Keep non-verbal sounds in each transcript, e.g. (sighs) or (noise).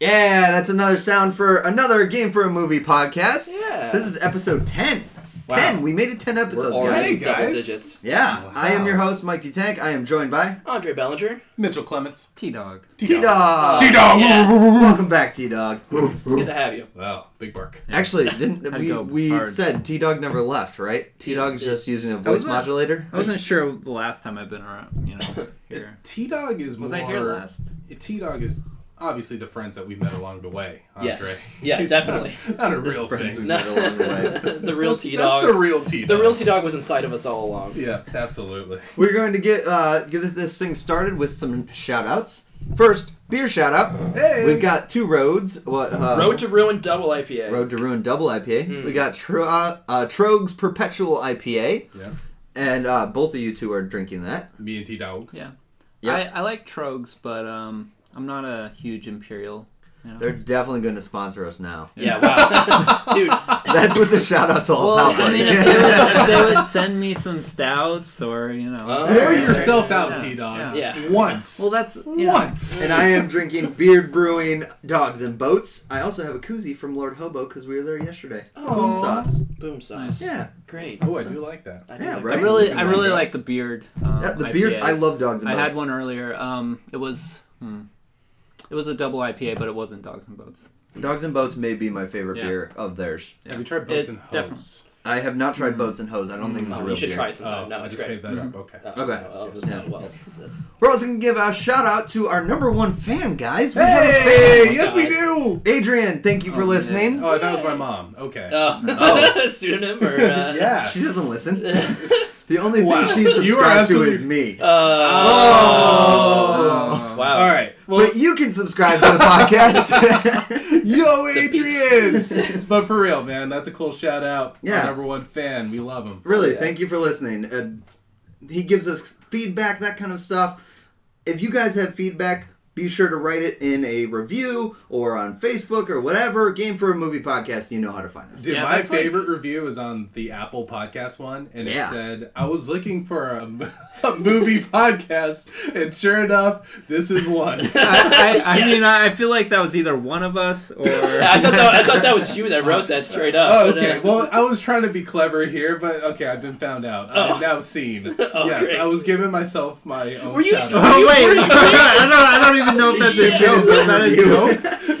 Yeah, that's another sound for another game for a movie podcast. Yeah. This is episode 10. Wow. 10. We made it 10 We're episodes, guys. already Hey, double guys. digits. Yeah. I am Wow. your host, Mikey Tank. I am joined by Andre Bellinger. Mitchell Clements. T Dog. T Dog. T-Dog. Yes. Welcome back, T Dog. It's good to have you. Wow, big bark. Actually, didn't Had to we, go we hard. said T Dog never left, right? T Dog's Yeah. just using a voice wasn't- modulator. I wasn't sure the last time I've been around, (laughs) you know, here. T-Dog is Was more... I here last? T-Dog is obviously the friends that we've met along the way, Andre. Yes. (laughs) Yeah, It's definitely. Not, not a real friends thing. we've met along (laughs) the way. the real That's- T That's the Dog. real T-Dog. The real T Dog was inside of us all along. Yeah, absolutely. We're going to get uh, get this thing started with some shout outs. First, beer shout out. Hey! We've got two roads. What uh, Road to Ruin Double IPA. Road to Ruin Double IPA. We got Tro- uh, uh, Trogues Perpetual IPA, Yeah. and uh, both of you two are drinking that. Me and T-Dog. Yeah. Yeah. I, I like Trogs, but um, I'm not a huge Imperial. You know? They're definitely going to sponsor us now. (laughs) Yeah, (laughs) wow. Dude, That's what the shout out's all Well, about, I mean, buddy. (laughs) if they, would, if they would send me some stouts or, you know. Oh. Wear Yeah. yourself out, Yeah. T-Dog. (laughs) Yeah. Once. Well, that's. You know, Once. and I am drinking Beard Brewing Dogs and Boats. I also have a koozie from Lord Hobo because we were there yesterday. Boom Aw. sauce. boom sauce. Yeah. Great. Oh, I do like that. I do Yeah, like right? I that. really, This is I really nice. like the beard. Um, Yeah, Uh, the beard. I IPAs. love Dogs and I Boats. had one earlier. Um, it was. Hmm, it was a double IPA, but it wasn't Dogs and (laughs) Boats. Dogs and Boats may be my favorite Yeah. beer of theirs. Have you tried Boats It and definitely- Hoes? I have not tried Boats and Hose. I don't think it's a Oh, real you should beer. try it sometime. Oh, no, I it's just great. made that up. (laughs) Okay. Oh, Okay. oh, oh, Yeah. well, We're also gonna give a shout out to our number one fan, guys. We have a Hey! fan. yes, we guys. do! Adrian, thank you for Oh, listening. man. Oh, that was my mom. Okay. Oh, (laughs) pseudonym or uh, (laughs) (laughs) yeah. She doesn't listen. (laughs) oh, The only Wow. thing You she's are subscribed to absolutely- is me. oh, Oh. uh, wow! All right. but you can subscribe to the (laughs) podcast. Yo, (laughs) Adrians! (laughs) but for real, man, that's a cool shout out. Our Yeah. number one fan. We love him. really, Yeah. thank you for listening. Uh, he gives us feedback, that kind of stuff. If you guys have feedback, be sure to write it in a review or on Facebook or whatever. Game for a Movie podcast, you know how to find us. Dude, Yeah, my that's like- favorite review was on the Apple podcast one, and Yeah. it said, I was looking for a, m- (laughs) a movie podcast, and sure enough, this is (laughs) one. Oh, (laughs) I, I, I Yes. mean, I I feel like that was either one of us or. Yeah, (laughs) I thought that, I thought that was you that wrote that straight up. Oh, but, okay. uh, Well, I was trying to be clever here, but okay, I've been found out. Oh. I'm now seen. (laughs) Oh, yes, great. I was giving myself my own Were you shout still- out. Oh wait! Were you- (laughs) (laughs) I don't, I don't even know if (laughs) that's Yeah. a joke. Is that a joke?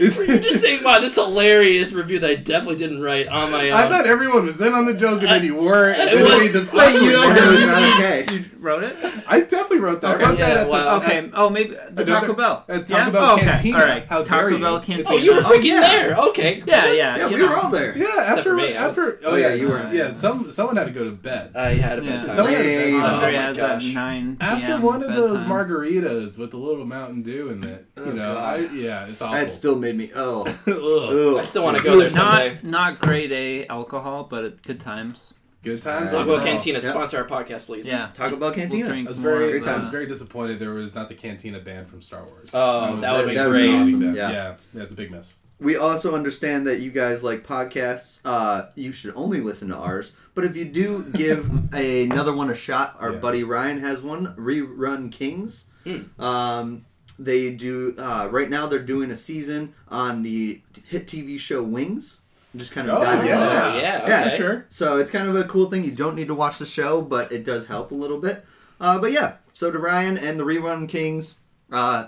(laughs) Is- You're just saying, wow, this hilarious review that I definitely didn't write on my own. I thought everyone was in on the joke, and then you were, and then Well, you made this wait, you awkward don't turn. really- not okay. (laughs) You wrote it? I definitely wrote that. I Okay. wrote that Yeah, at the, wow. okay. Okay. Oh, maybe the Another- Taco Bell. uh, Taco Bell okay. Cantina. All right. How Taco dare you. Bell It's a- Cantina. oh, you were Oh, freaking yeah. there. Okay. Yeah, yeah. Yeah, you we were know. all there. Yeah, after for me, I was- after. oh, Oh, yeah, yeah, you were- Yeah, some someone had to go to bed. I had a Yeah. bad time. Someone had a Lame. bad time. Andre Oh my has that gosh. nine. After PM one of those bedtime. margaritas with a little Mountain Dew in it, you Oh, know, God. I, yeah, it's awful. That still made me. Oh, (laughs) Ugh. ugh. I still want to go there someday. Not not grade A alcohol, but it- good times. Good times. Taco Taco Bell overall. Cantina, Yeah. sponsor our podcast, please. Yeah. Taco Bell We'll Cantina. drink I was more very, of uh, Great I that. was very disappointed there was not the Cantina band from Star Wars. Oh, that That- would be that was great. awesome. Yeah, Yeah. yeah, that's a big mess. We also understand that you guys like podcasts. Uh, you should only listen to ours. But if you do give (laughs) another one a shot, our Yeah. buddy Ryan has one. Rerun Kings. Hmm. Um, they do uh, right now. They're doing a season on the hit TV show Wings. Just kind of Oh, diving into yeah. that. Oh, yeah. Yeah, Okay. Sure. So it's kind of a cool thing. You don't need to watch the show, but it does help a little bit. Uh, but yeah, so to Ryan and the Rerun Kings, uh,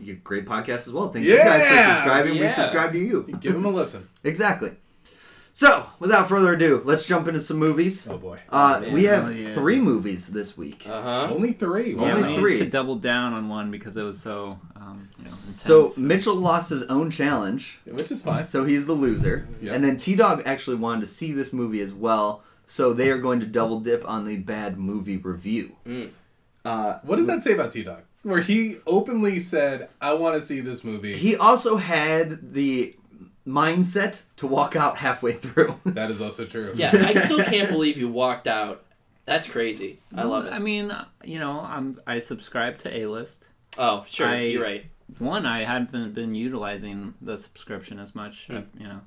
you great podcast as well. Thank you guys for Yeah! subscribing. We Yeah. subscribe to you. Give them a listen. (laughs) Exactly. So without further ado, let's jump into some movies. Oh boy. Uh, we have Oh, yeah. three movies this week. Uh huh. Only three. Yeah, Only we need three. to double down on one because it was so, um, you know, intense. So Mitchell lost his own challenge, Which is fine. so he's the loser. Yeah. And then T Dog actually wanted to see this movie as well, so they are going to double dip on the bad movie review. Uh, What does that say about T Dog? Where he openly said, "I want to see this movie." He also had the mindset to walk out halfway through. (laughs) that is also true. Yeah, (laughs) I still can't believe you walked out. That's crazy. I love I it. mean, you know, I'm I subscribe to A List. Oh, sure. I- You're right. One, I haven't been utilizing the subscription as much, you know,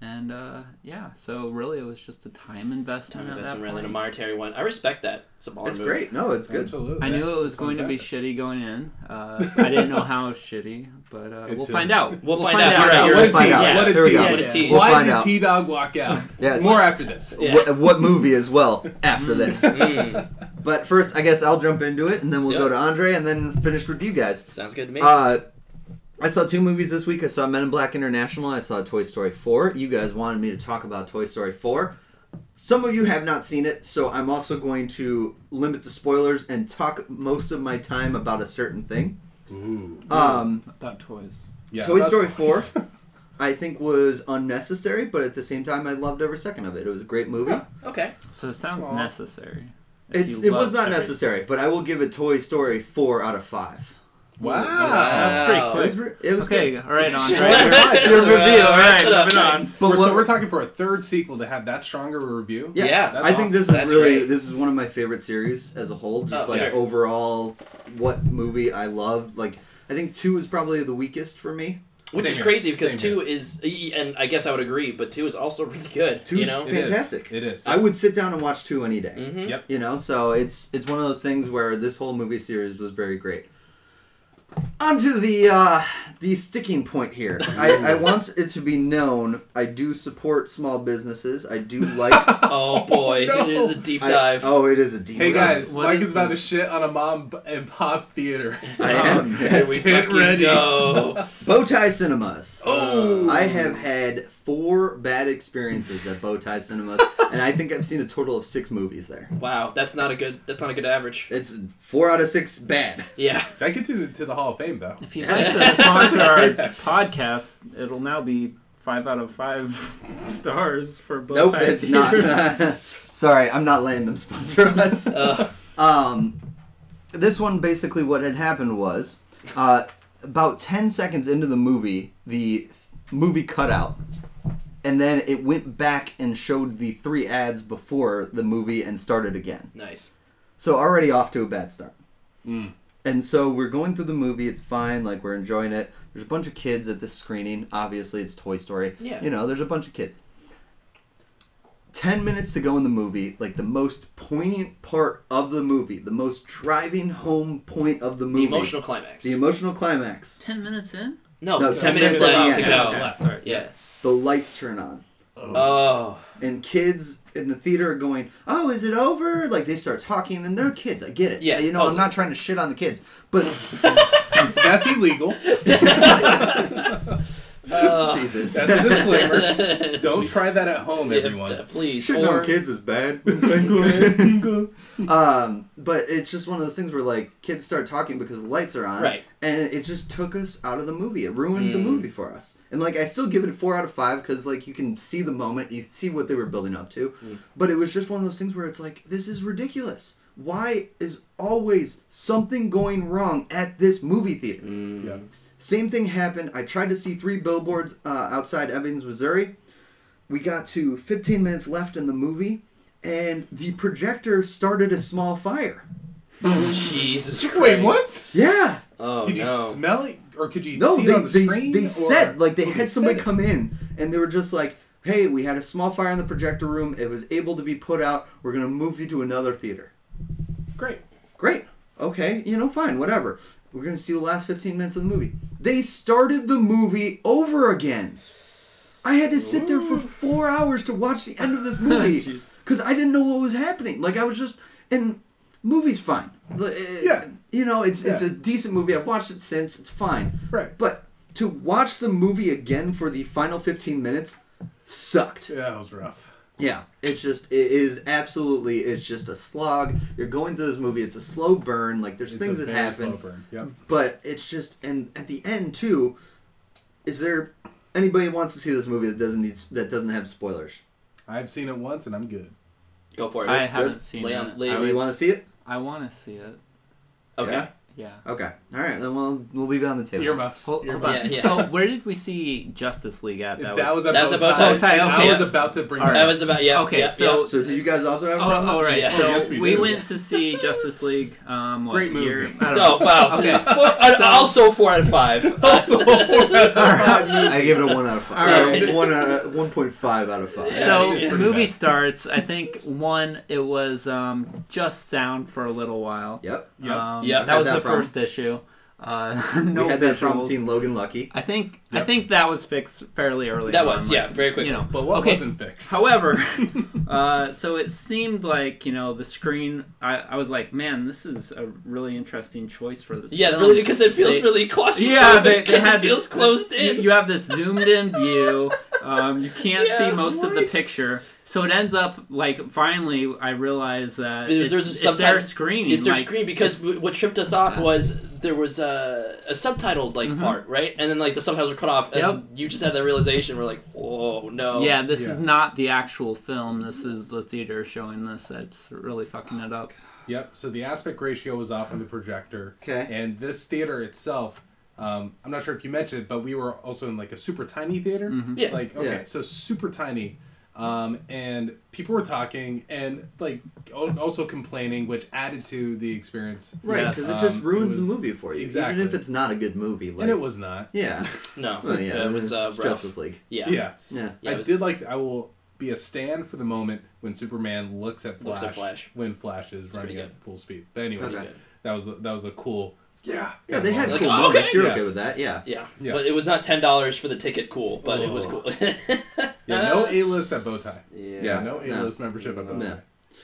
And uh, yeah, so really it was just a time investment. Time at investment that rather than a point. monetary one. I respect that. It's a baller It's move. great. No, it's good. Absolutely. I knew it was Fun going to be benefits. shitty going in. Uh, (laughs) I didn't know how shitty, but uh, we'll It's a- find out. We'll find out. You're We'll right, you're right. What did find T- out. what did There we T- go. Yeah, what did T- We'll Why find did out. T Dog walk out? (laughs) Yes. More after this. Yeah. What, what movie as well after this? Mm-hmm. Mm, (laughs) But first, I guess I'll jump into it, and then we'll Yep. go to Andre, and then finish with you guys. sounds good to me. Uh, I saw two movies this week. I saw Men in Black International. I saw Toy Story 4. You guys wanted me to talk about Toy Story 4. Some of you have not seen it, so I'm also going to limit the spoilers and talk most of my time about a certain thing. Ooh. Um, About toys. Yeah, Toy that's Story nice. I think was unnecessary, but at the same time, I loved every second of it. It was a great movie. okay. So it sounds Aw. necessary. If It's, you it was love not every- necessary, but I will give it Toy Story 4 out of 5. Wow. That's pretty Wow. It was, quick. re- it was Okay, good. all right, Sure. Andre. (laughs) right. Your review, all right, Shut up, moving nice. on. But We're- what- so we're talking for a third sequel to have that stronger review. Yes, Yeah, I think that's awesome. this is That's really great. this is one of my favorite series as a whole. Just Oh, like sure. overall, what movie I love. Like I think two is probably the weakest for me. Which Same is here. crazy because Same two is, and I guess I would agree, but two is also (laughs) really good. Two's you know, It is. Fantastic. It is. I would sit down and watch two any day. Mhm. Yep. You know, so it's it's one of those things where this whole movie series was very great. Onto the uh, the sticking point here. (laughs) I, I want it to be known I do support small businesses. I do like. (laughs) Oh boy, no. it is a (laughs) deep I- dive. oh, it is a deep. Hey dive. guys, What Mike is is about to this? shit on a mom b- and pop theater. (laughs) I am. am. Here we yes. hit Fucking ready. go. Bowtie Cinemas. Oh. I have had four bad experiences at Bowtie Cinemas, and I think I've seen a total of six movies there. Wow, that's not a good. That's not a good average. It's four out of six bad. (laughs) Yeah. (laughs) That gets you to the Hall of Fame, though. If you Yes. listen to sponsor our (laughs) podcast, it'll now be five out of five (laughs) stars for both. Nope, it's not. (laughs) ideas. (laughs) Sorry, I'm not letting them sponsor us. Uh, Um, this one basically what had happened was uh, about 10 seconds into the movie, the th- movie cut out. And then it went back and showed the three ads before the movie and started again. nice. So already off to a bad start. Mm. And so we're going through the movie. It's fine. Like we're enjoying it. There's a bunch of kids at this screening. Obviously, it's Toy Story. Yeah. You know, there's a bunch of kids. Ten minutes to go in the movie. Like the most poignant part of the movie, the most driving home point of the The movie, emotional climax. the emotional climax. Ten minutes in. no, No, ten ten, minutes minutes left to left. go. Ten minutes left. Yeah. The lights turn on. Oh. and kids in the theater are going, "Oh, is it over?" Like they start talking, and they're kids. I get it. Yeah, you know, I'm totally. not trying to shit on the kids, but That's (laughs) illegal. Uh, (laughs) Jesus, That's a disclaimer. (laughs) yeah, Don't try that at home, everyone. please. shitting or- on kids is bad. (laughs) That's um, but it's just one of those things where like kids start talking because the lights are on, Right. And it just took us out of the movie. It ruined the Mm. movie for us. And like I still give it a four out of five because like you can see the moment, you see what they were building up to. Mm. But it was just one of those things where it's like this is ridiculous. Why is always something going wrong at this movie theater? Mm. Yeah. Same thing happened. I tried to see three billboards uh, outside Evans, Missouri. We got to 15 minutes left in the movie, and the projector started a small fire. Jesus Christ. Wait, what? Yeah. Oh Did you no. smell it, or could you No, see they, it on the they, screen? they or- said, like, they Oh, had somebody said it. come in, and they were just like, hey, we had a small fire in the projector room. It was able to be put out. We're going to move you to another theater. Great. Great. Okay. You know, fine. Whatever. We're going to see the last 15 minutes of the movie. They started the movie over again. I had to sit there for four hours to watch the end of (laughs) this movie Jesus. because I didn't know what was happening. Like, I was just. And movie's fine. The- it- Yeah. You know, it's, it's Yeah. a decent movie. I've watched it since. It's fine. Right. But to watch the movie again for the final 15 minutes sucked. Yeah, that was rough. Yeah, it's just it is absolutely it's just a slog. You're going through this movie. It's a slow burn. Like there's It's things a that very slow happen, burn. Yep. but it's just and at the end too. Is there anybody who wants to see this movie that doesn't need that doesn't have spoilers? I've seen it once, and I'm good. Go for it. I haven't seen Lay it. on- lay- I, Do you would- want to see it? I want to see it. okay. Yeah. Yeah. Okay. All right. Then we'll we'll leave it on the table. Earmuffs. Hold, hold on. (laughs) Yeah, Earmuffs. yeah. So where did we see Justice League at? That, was, That was a a bow bow tie. tie. Bow tie, And I okay. was about to bring All That right. that. was about yeah. Okay, yeah, so- So did you guys also have? Oh, (laughs) all right. Yeah. So Oh, yes, we we, did. went to see (laughs) Justice League. Um, what, Great movie. year? I yeah. So don't know. wow. (laughs) Okay. Four, uh, So- also four out of (laughs) five. Also (laughs) four out of five. I gave it a one out of five. All right. Uh, (laughs) one out of, one point five out of five. Yeah, so it's the pretty movie bad. starts. I think one. It was um, just sound for a little while. Yep. Yep. Um, Yep. That Had was that the problem. first issue. Uh, (laughs) no we had that problem visuals. seeing Logan Lucky. I think I Yep. think that was fixed fairly early. That on, was yeah, like, very quick. You know, But what okay. wasn't fixed? However, uh, so it seemed like you know the screen. I, I was like, man, this is a really interesting choice for this. yeah, film. really because it feels They- really claustrophobic. (laughs) Yeah, they, they 'cause had it feels closed you- in. You, have this zoomed in view. Um, you can't Yeah, see most of the what? picture, so it ends up like finally I realize that There's- it's, there's a it's subtitle- their screen. It's their like, screen because w- what tripped us up Yeah. was there was a, a subtitled like Mhm. part right, and then like the subtitles were cut off, and Yep. you just had that realization. We're like, oh no. Yeah, this Yeah. is not the actual film. This is the theater showing this. That's really fucking it up. Yep. So the aspect ratio was off on the projector. 'Kay. And this theater itself, um, I'm not sure if you mentioned, it, but we were also in like a super tiny theater. Yeah. Like Mm-hmm. okay, Yeah. so super tiny. Um, and people were talking and like al- also complaining, which added to the experience. Right, Yes. because it just Um, ruins it was- the movie for you, exactly. even if it's not a good movie. Like, And it was not. (laughs) yeah, No. Well, yeah, It was uh, it's rough. Justice League. Yeah. Yeah. Yeah, Yeah, I it was- did like. I will be a stand for the moment when Superman looks at Flash. Looks at Flash. when Flash is running pretty at full speed. But anyway, pretty good. that was that was a cool. Yeah. yeah, they had Like, oh, cool okay, moments. You're yeah. okay with that? Yeah. Yeah. Yeah. But it was not ten dollars for the ticket. Cool, but it was Oh. cool. (laughs) Yeah, no uh, A list at Bowtie. Yeah. yeah. no no. A list membership at Bowtie. No.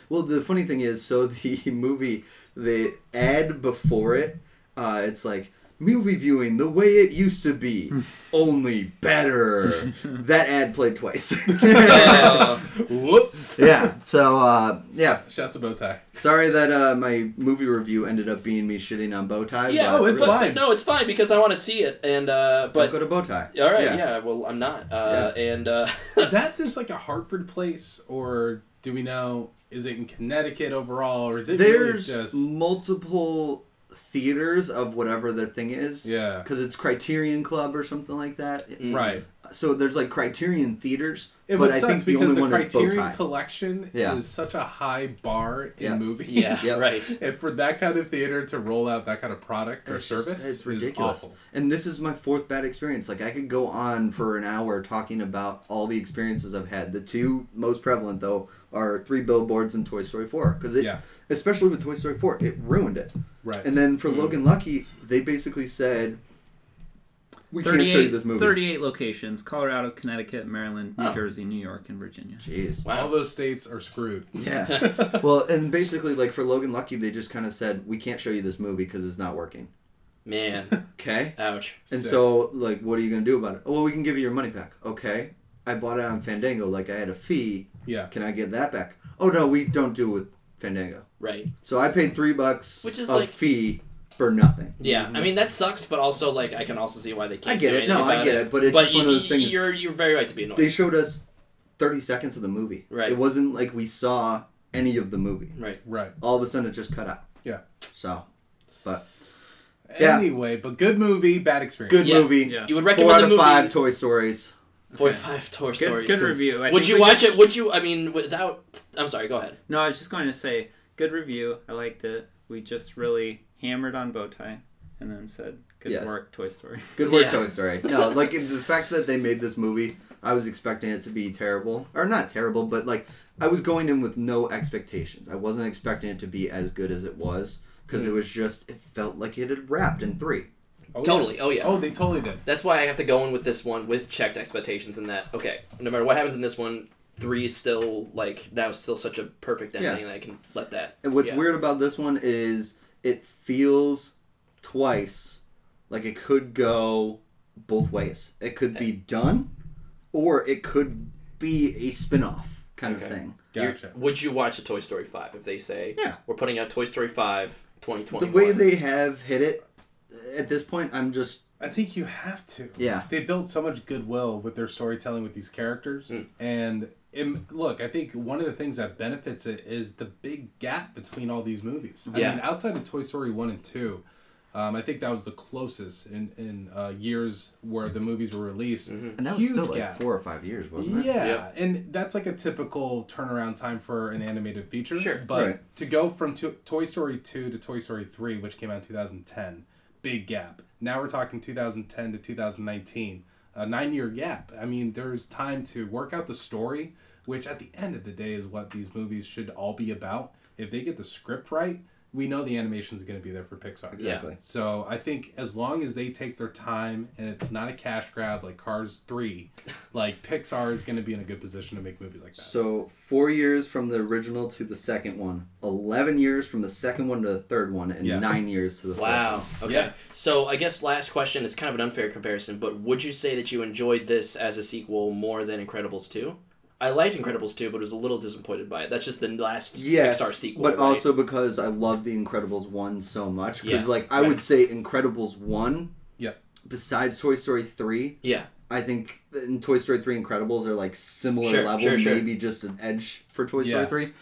Well, the funny thing is, so (laughs) the movie, the ad before it, uh, it's like movie viewing the way it used to (laughs) be, only better. that ad played twice. (laughs) (laughs) Uh, Whoops. yeah. So uh, yeah, Shouts to Bowtie. sorry that uh, my movie review ended up being me shitting on bow ties. yeah. but oh, it's really, but- fine. No, it's fine because I want to see it, and uh, Don't but go to bow tie. all right. Yeah. Well, I'm not. Uh, And uh, (laughs) Is that just like a Hartford place, or do we know? Is it in Connecticut overall, or is it really There's just? multiple theaters of whatever their thing is. Yeah. Because it's Criterion Club or something like that. Right. So there's like Criterion theaters, It but would I sucks think the because only the, one is bow Criterion tie. Collection Yeah. is such a high bar in Yeah. movies. yeah. Yep. Right. (laughs) And for that kind of theater to roll out that kind of product or It's just- service, it's ridiculous. Is awful. And this is my fourth bad experience. Like I could go on for an hour talking about all the experiences I've had. The two most prevalent though are Three Billboards and Toy Story 4 because it Yeah. especially with Toy Story 4, it ruined it. Right. And then for Logan Lucky, they basically said we can't show you 38 this movie. 38 locations Colorado, Connecticut, Maryland, New Oh. Jersey, New York, and Virginia. Jeez. Wow. All those states are screwed. Yeah. well, and basically like for Logan Lucky, they just kind of said we can't show you this movie because it's not working. Man. Okay? Ouch. And Sick. so, like, what are you gonna do about it? Oh, well, we can give you your money back. Okay, I bought it on Fandango. Like, I had a fee. Yeah. Can I get that back? Oh no, we don't do it with Fandango. Right. So I paid three bucks Which is of like- fee for nothing. Yeah, Mm-hmm. I mean that sucks, but also like I can also see why they I can't. get do it. No, anything I about get it, but it's but just you, one of those things- You're you're very right to be annoyed. They showed us thirty seconds of the movie. Right. It wasn't like we saw any of the movie. right. Right. All of a sudden, it just cut out. Yeah. So, but Yeah. Anyway, but good movie, bad experience. good Yeah. movie. Yeah. You would Four out recommend of the movie. five Toy Stories. Four Okay. five Toy Good, Stories. good review. I Would think you we watch just- it? Would you? I mean, without. I'm sorry. Go ahead. No, I was just going to say good review. I liked it. We just really hammered on bow tie, and then said good Yes. work, Toy Story. Good work, Yeah. Toy Story. (laughs) No, like the fact that they made this movie, I was expecting it to be terrible, or not terrible, but like I was going in with no expectations. I wasn't expecting it to be as good as it was because it Hmm. was just it felt like it had wrapped in three. Oh, yeah. Totally. Oh yeah. Oh, they totally did. That's why I have to go in with this one with checked expectations and that. Okay, no matter what happens in this one, three is still like that was still such a perfect ending Yeah. that I can let that. And what's yeah. weird about this one is it feels twice like it could go both ways. It could be done, or it could be a spin off kind of Okay. thing. You're- Gotcha. Would you watch a Toy Story five if they say Yeah. we're putting out Toy Story five 2021? The way they have hit it at this point, I'm just I think you have to. Yeah. They built so much goodwill with their storytelling with these characters. And im look, I think one of the things that benefits it is the big gap between all these movies. I Yeah. mean, outside of Toy Story 1 and 2, Um, I think that was the closest in in uh, years where the movies were released. And that was Huge still like gap. four or five years, wasn't it? Yeah, Yep. and that's like a typical turnaround time for an animated feature. Sure. but Right. to go from to- Toy Story two to Toy Story three, which came out in two thousand ten, big gap. Now we're talking two thousand ten to two thousand nineteen, a nine year gap. I mean, there's time to work out the story, which at the end of the day is what these movies should all be about. If they get the script right, we know the animation is going to be there for Pixar. Yeah. Exactly. So I think as long as they take their time and it's not a cash grab like Cars Three, like Pixar is going to be in a good position to make movies like that. So four years from the original to the second one, eleven years from the second one to the third one, and Yeah. nine years to the Wow. Okay. Yeah. So I guess last question is kind of an unfair comparison, but would you say that you enjoyed this as a sequel more than Incredibles two? I liked Incredibles two, but was a little disappointed by it. That's just the last Yes, Pixar sequel. but right? also because I love the Incredibles one so much. Because Yeah, like I right. would say, Incredibles one. Yep. Besides Toy Story three, yeah, I think in Toy Story three, Incredibles are like similar Sure, level, sure, sure. maybe just an edge for Toy Story Yeah. three.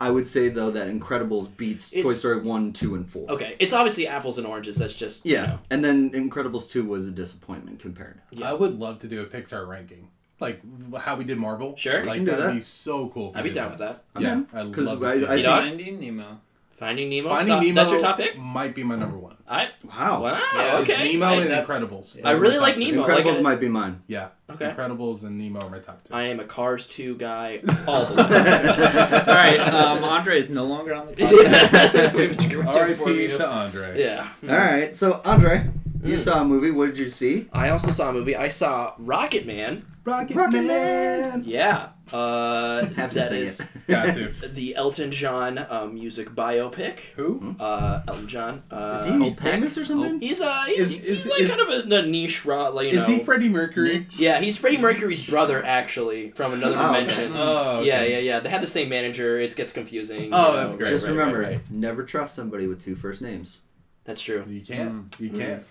I would say though that Incredibles beats Toy It's- Story one, two, and four. okay. It's obviously apples and oranges. That's just you Yeah, know. and then Incredibles two was a disappointment compared. Yeah. I would love to do a Pixar ranking, like how we did Marvel. Sure. We Like can do that'd that. be so cool. if we I'd be did down with that. I'm Yeah, in. I 'Cause love. To I- see I- it. You know? Finding Nemo. Finding Nemo. Finding Th- Nemo. That's your topic. Might be my number one. I Wow. wow. Yeah, okay. It's Nemo I, and that's- Incredibles. I Those are really my like top two. Nemo. Incredibles Like, I- might be mine. Yeah. Okay. Incredibles and Nemo are my top two. I am a Cars two guy all the way. (laughs) All right, um, (laughs) Andre is no (laughs) longer on the podcast. We have a direct for R.I.P. you. to Andre. Yeah. All right, so Andre, you Mm. saw a movie. What did you see? I also saw a movie. I saw Rocket Man. Rocket, Rocket Man. Man. Yeah. Uh, Have to that say is it. (laughs) (laughs) (laughs) Got to. the Elton John uh, music biopic. Who? Uh, Elton John. Uh, Is he famous or something? He's uh, he's, Is- he's is- like is- kind of a, a niche, ro- like, you Is know. he Freddie Mercury? yeah, he's Freddie Mercury's brother, actually, from another Oh, okay. dimension. Oh, okay. Yeah, yeah, yeah. They have the same manager. It gets confusing. Oh, you that's great. Just right, right, remember, right, right. never trust somebody with two first names. That's true. You can't. You Mm. can't.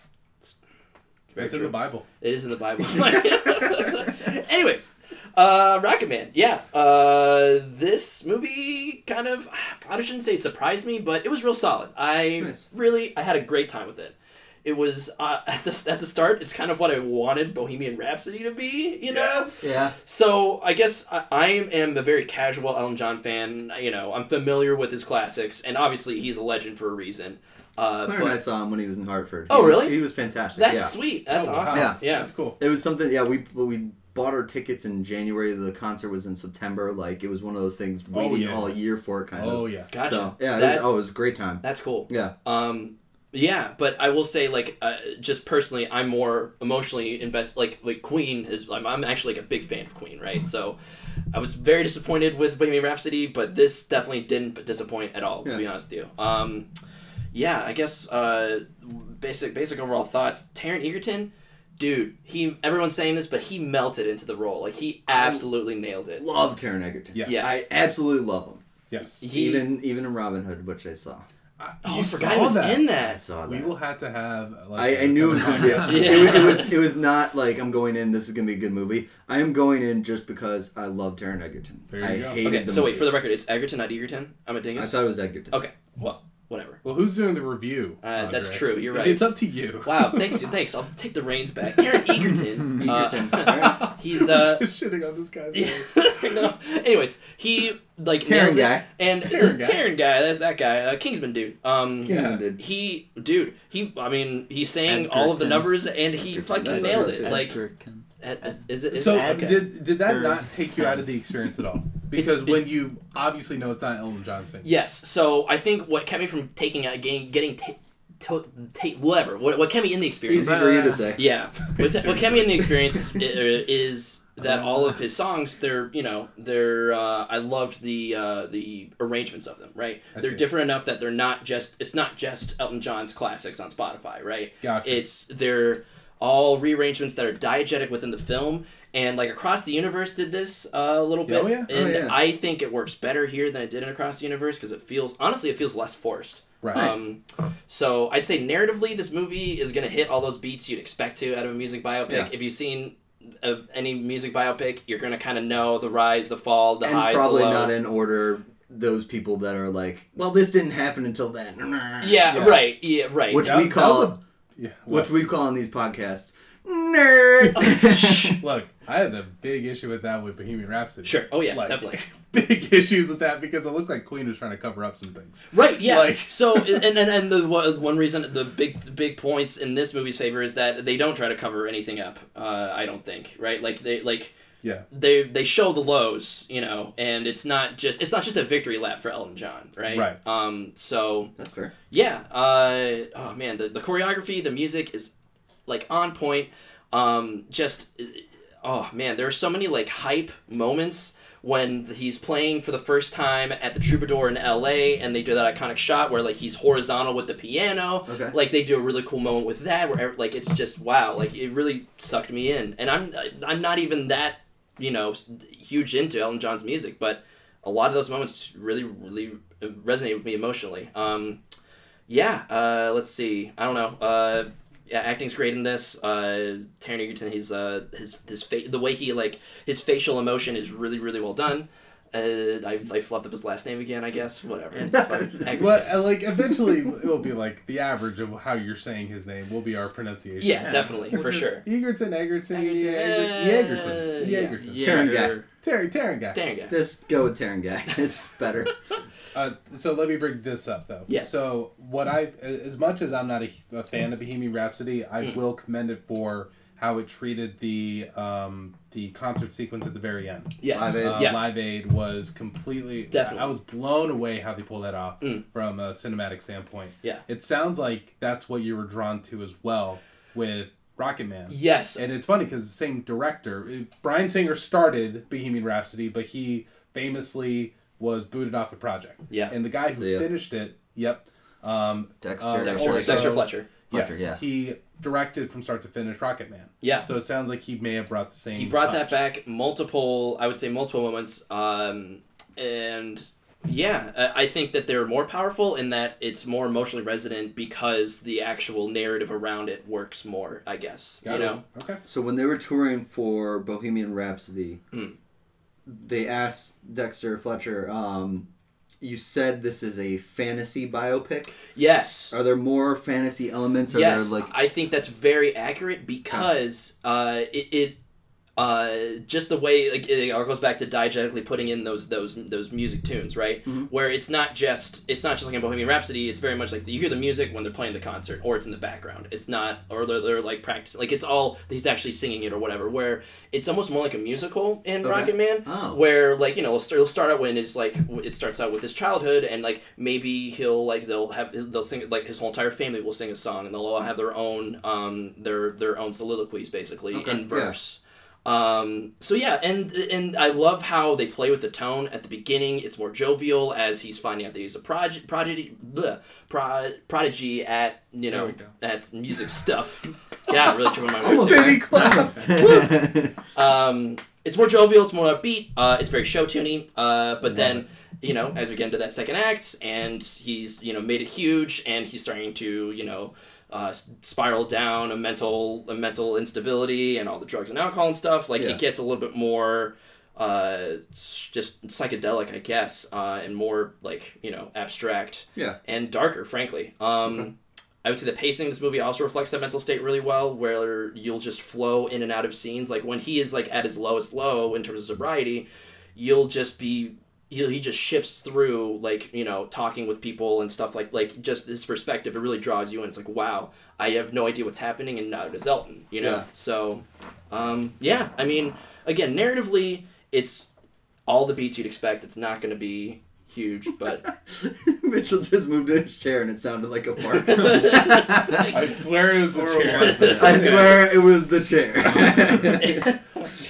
Very Mm. it's true. in the Bible. It is in the Bible. (laughs) Anyways, uh, Rocket Man. Yeah, uh, this movie kind of I shouldn't say it surprised me, but it was real solid. I Nice. really I had a great time with it. It was uh, (laughs) at the at the start. It's kind of what I wanted Bohemian Rhapsody to be. You know. Yeah. So I guess I, I am a very casual Elton John fan. You know, I'm familiar with his classics, and obviously he's a legend for a reason. Uh, Claire but and I saw him when he was in Hartford. Oh, He was- really? He was fantastic. that's yeah. sweet. That's Oh, wow. awesome. Yeah. yeah. That's cool. It was something. Yeah, we we bought our tickets in January. The concert was in September. Like it was one of those things waiting Oh, yeah. all year for it, kind of. Oh yeah. Gotcha. So yeah, it That- was, oh, it was a great time. That's cool. Yeah. Um, yeah, but I will say, like, uh, just personally, I'm more emotionally invested. Like, like Queen is. I'm, I'm actually like a big fan of Queen, Mm-hmm. right? So, I was very disappointed with Bohemian Rhapsody, but this definitely didn't disappoint at all. Yeah. To be honest with you. Um, yeah, I guess uh, basic basic overall thoughts. Taron Egerton, dude, he everyone's saying this, but he melted into the role. Like he absolutely nailed it. Love Taron Egerton. Yes. Yeah. I absolutely love him. Yes. He- even even in Robin Hood, which I saw. I- Oh, you I forgot saw he was that. in I that. saw that. We will have to have. Like, I, I knew it was (laughs) gonna be. Yeah. It, was, it was. It was not like I'm going in. This is gonna be a good movie. I am going in just because I love Taron Egerton. There you I go. hated Okay, the so movie. wait for the record, it's Egerton, not Egerton. I'm a I dingus. thought it was Egerton. Okay, well, whatever. Well, who's doing the review? Uh, that's Andre? true. You're right. Oh, It's up to you. Wow, thanks, dude, thanks. I'll take the reins back. Taron (laughs) Egerton. (laughs) Egerton. uh, he's uh. (laughs) (laughs) Just shitting on this guy's. name. no. Anyways, he like Taron nails it. guy. and Taron (laughs) guy. Taron guy. That's that guy. Uh, Kingsman dude. Um, Yeah, Yeah. dude. he dude. He I mean he sang all of the Edgerton. numbers and he Edgerton, fucking that's what nailed it it. is. Like Edgerton. at- at- is it is So it okay. did did that Or- not take you out of the experience at all? (laughs) Because It's- it- when you obviously know it's not Elton Johnson. Yes. So I think what kept me from taking out getting getting ta- to- ta- whatever what what kept me in the experience. Easy for you to say. Yeah. (laughs) What, what kept me in the experience i- er, is Uh, that all of his songs, they're you know they're uh, I loved the uh, the arrangements of them. Right. I they're see. different enough that they're not just it's not just Elton John's classics on Spotify. Right. Gotcha. It's they're all rearrangements that are diegetic within the film. And like across the universe did this uh, a little bit, Oh, yeah. Oh, and yeah. I think it works better here than it did in across the universe because it feels honestly it feels less forced. Right. Um, so I'd say narratively, this movie is gonna hit all those beats you'd expect to out of a music biopic. Yeah. If you've seen uh, any music biopic, you're gonna kind of know the rise, the fall, the And highs, probably the not lows. in order those people that are like, well, this didn't happen until then. Yeah, Yeah. right. Yeah, right. (laughs) Which Yeah, we call that was Yeah. which we call on these podcasts (laughs) nerd. Look, I had a big issue with that with Bohemian Rhapsody. Sure. Oh, yeah, Like, definitely. (laughs) Big issues with that because it looked like Queen was trying to cover up some things. Right. Yeah. Like- so, and, and and the one one reason the big the big points in this movie's favor is that they don't try to cover anything up. Uh, I don't think. Right. Like they like Yeah. they they show the lows, you know, and it's not just it's not just a victory lap for Elton John, right? Right. Um. So That's fair. yeah. Uh. Oh man, the the choreography, the music is like on point. Um. Just. Oh man, there are so many like hype moments when he's playing for the first time at the Troubadour in L.A. and they do that iconic shot where like he's horizontal with the piano. Okay. Like they do a really cool moment with that where like it's just wow, like it really sucked me in. And I'm I'm not even that you know huge into Elton John's music, but a lot of those moments really really resonate with me emotionally. Um, yeah, uh, let's see. I don't know. Uh, yeah, acting's great in this. Uh, Taron Egerton, his uh, his his fa- the way he like his facial emotion is really really well done. Uh, I, I flubbed up his last name again, I guess. (laughs) Whatever. It's fine. (laughs) Egerton. But uh, like eventually it will be like the average of how you're saying his name will be our pronunciation. Yeah, Yeah. definitely for Because sure. Egerton, Egerton, Egerton, Egerton, Egerton, uh, Egerton, yeah. Egerton. Taron guy. Yeah. Terry, Terran guy. There you go. Just go with Terran guy. (laughs) It's better. Uh, so let me bring this up though. Yeah. Mm. So what I, as much as I'm not a, a fan of Bohemian Rhapsody, I will commend it for how it treated the um, the concert sequence at the very end. Yes. Live Aid. Uh, Yeah. Live Aid was completely. Definitely. I was blown away how they pulled that off Mm. from a cinematic standpoint. Yeah. It sounds like that's what you were drawn to as well with Rocket Man. Yes. And it's funny because the same director, uh, Brian Singer, started Bohemian Rhapsody, but he famously was booted off the project. Yeah. And the guy who See ya. finished it, yep. Um, Dexter. Uh, Dexter, also- Dexter Fletcher. Fletcher, yes, yeah. he directed from start to finish Rocket Man. Yeah. So it sounds like he may have brought the same. he brought touch. that back multiple i would say multiple moments um, and yeah I- i think that they're more powerful in that it's more emotionally resonant because the actual narrative around it works more i guess Got you it. know Okay. So when they were touring for Bohemian Rhapsody, Mm. they asked Dexter Fletcher, um, "You said this is a fantasy biopic. yes Are there more fantasy elements? Are yes (laughs) there like i think that's very accurate because uh, it, it uh, just the way like it all goes back to diegetically putting in those those those music tunes, right? Mm-hmm. Where it's not just it's not just like in Bohemian Rhapsody. It's very much like you hear the music when they're playing the concert, or it's in the background. It's not, or they're, they're like practicing, like it's all he's actually singing it or whatever. Where it's almost more like a musical in Okay. Rocket Man, Oh. where like you know it'll, start- it'll start out when it's like w- it starts out with his childhood, and like maybe he'll like they'll have they'll sing like his whole entire family will sing a song, and they'll all have their own um their their own soliloquies basically Okay, yeah. in verse. Um, so yeah, and and I love how they play with the tone at the beginning. It's more jovial as he's finding out that he's a prodigy, prodigy, bleh, prod, prodigy at you There know we go. at music stuff. (laughs) yeah, really tripping my words. Almost there. there. (laughs) close. Um, it's more jovial. It's more upbeat. Uh, it's very show tuny. Uh, but then you know, as we get into that second act, and he's you know made it huge, and he's starting to you know uh, s- spiral down a mental a mental instability and all the drugs and alcohol and stuff. Like Yeah. it gets a little bit more uh s- just psychedelic i guess uh and more like you know abstract Yeah. and darker, frankly. Um, I would say the pacing of this movie also reflects that mental state really well, where you'll just flow in and out of scenes. Like when he is like at his lowest low in terms of sobriety, you'll just be he he just shifts through like you know talking with people and stuff like like just his perspective. It really draws you in. It's like wow, I have no idea what's happening, and now does Elton. You know, Yeah. so um, yeah. I mean, again, narratively, it's all the beats you'd expect. It's not going to be huge, but Mitchell just moved in his chair and it sounded like a fart. (laughs) I swear it was the (laughs) chair. I swear it was the chair.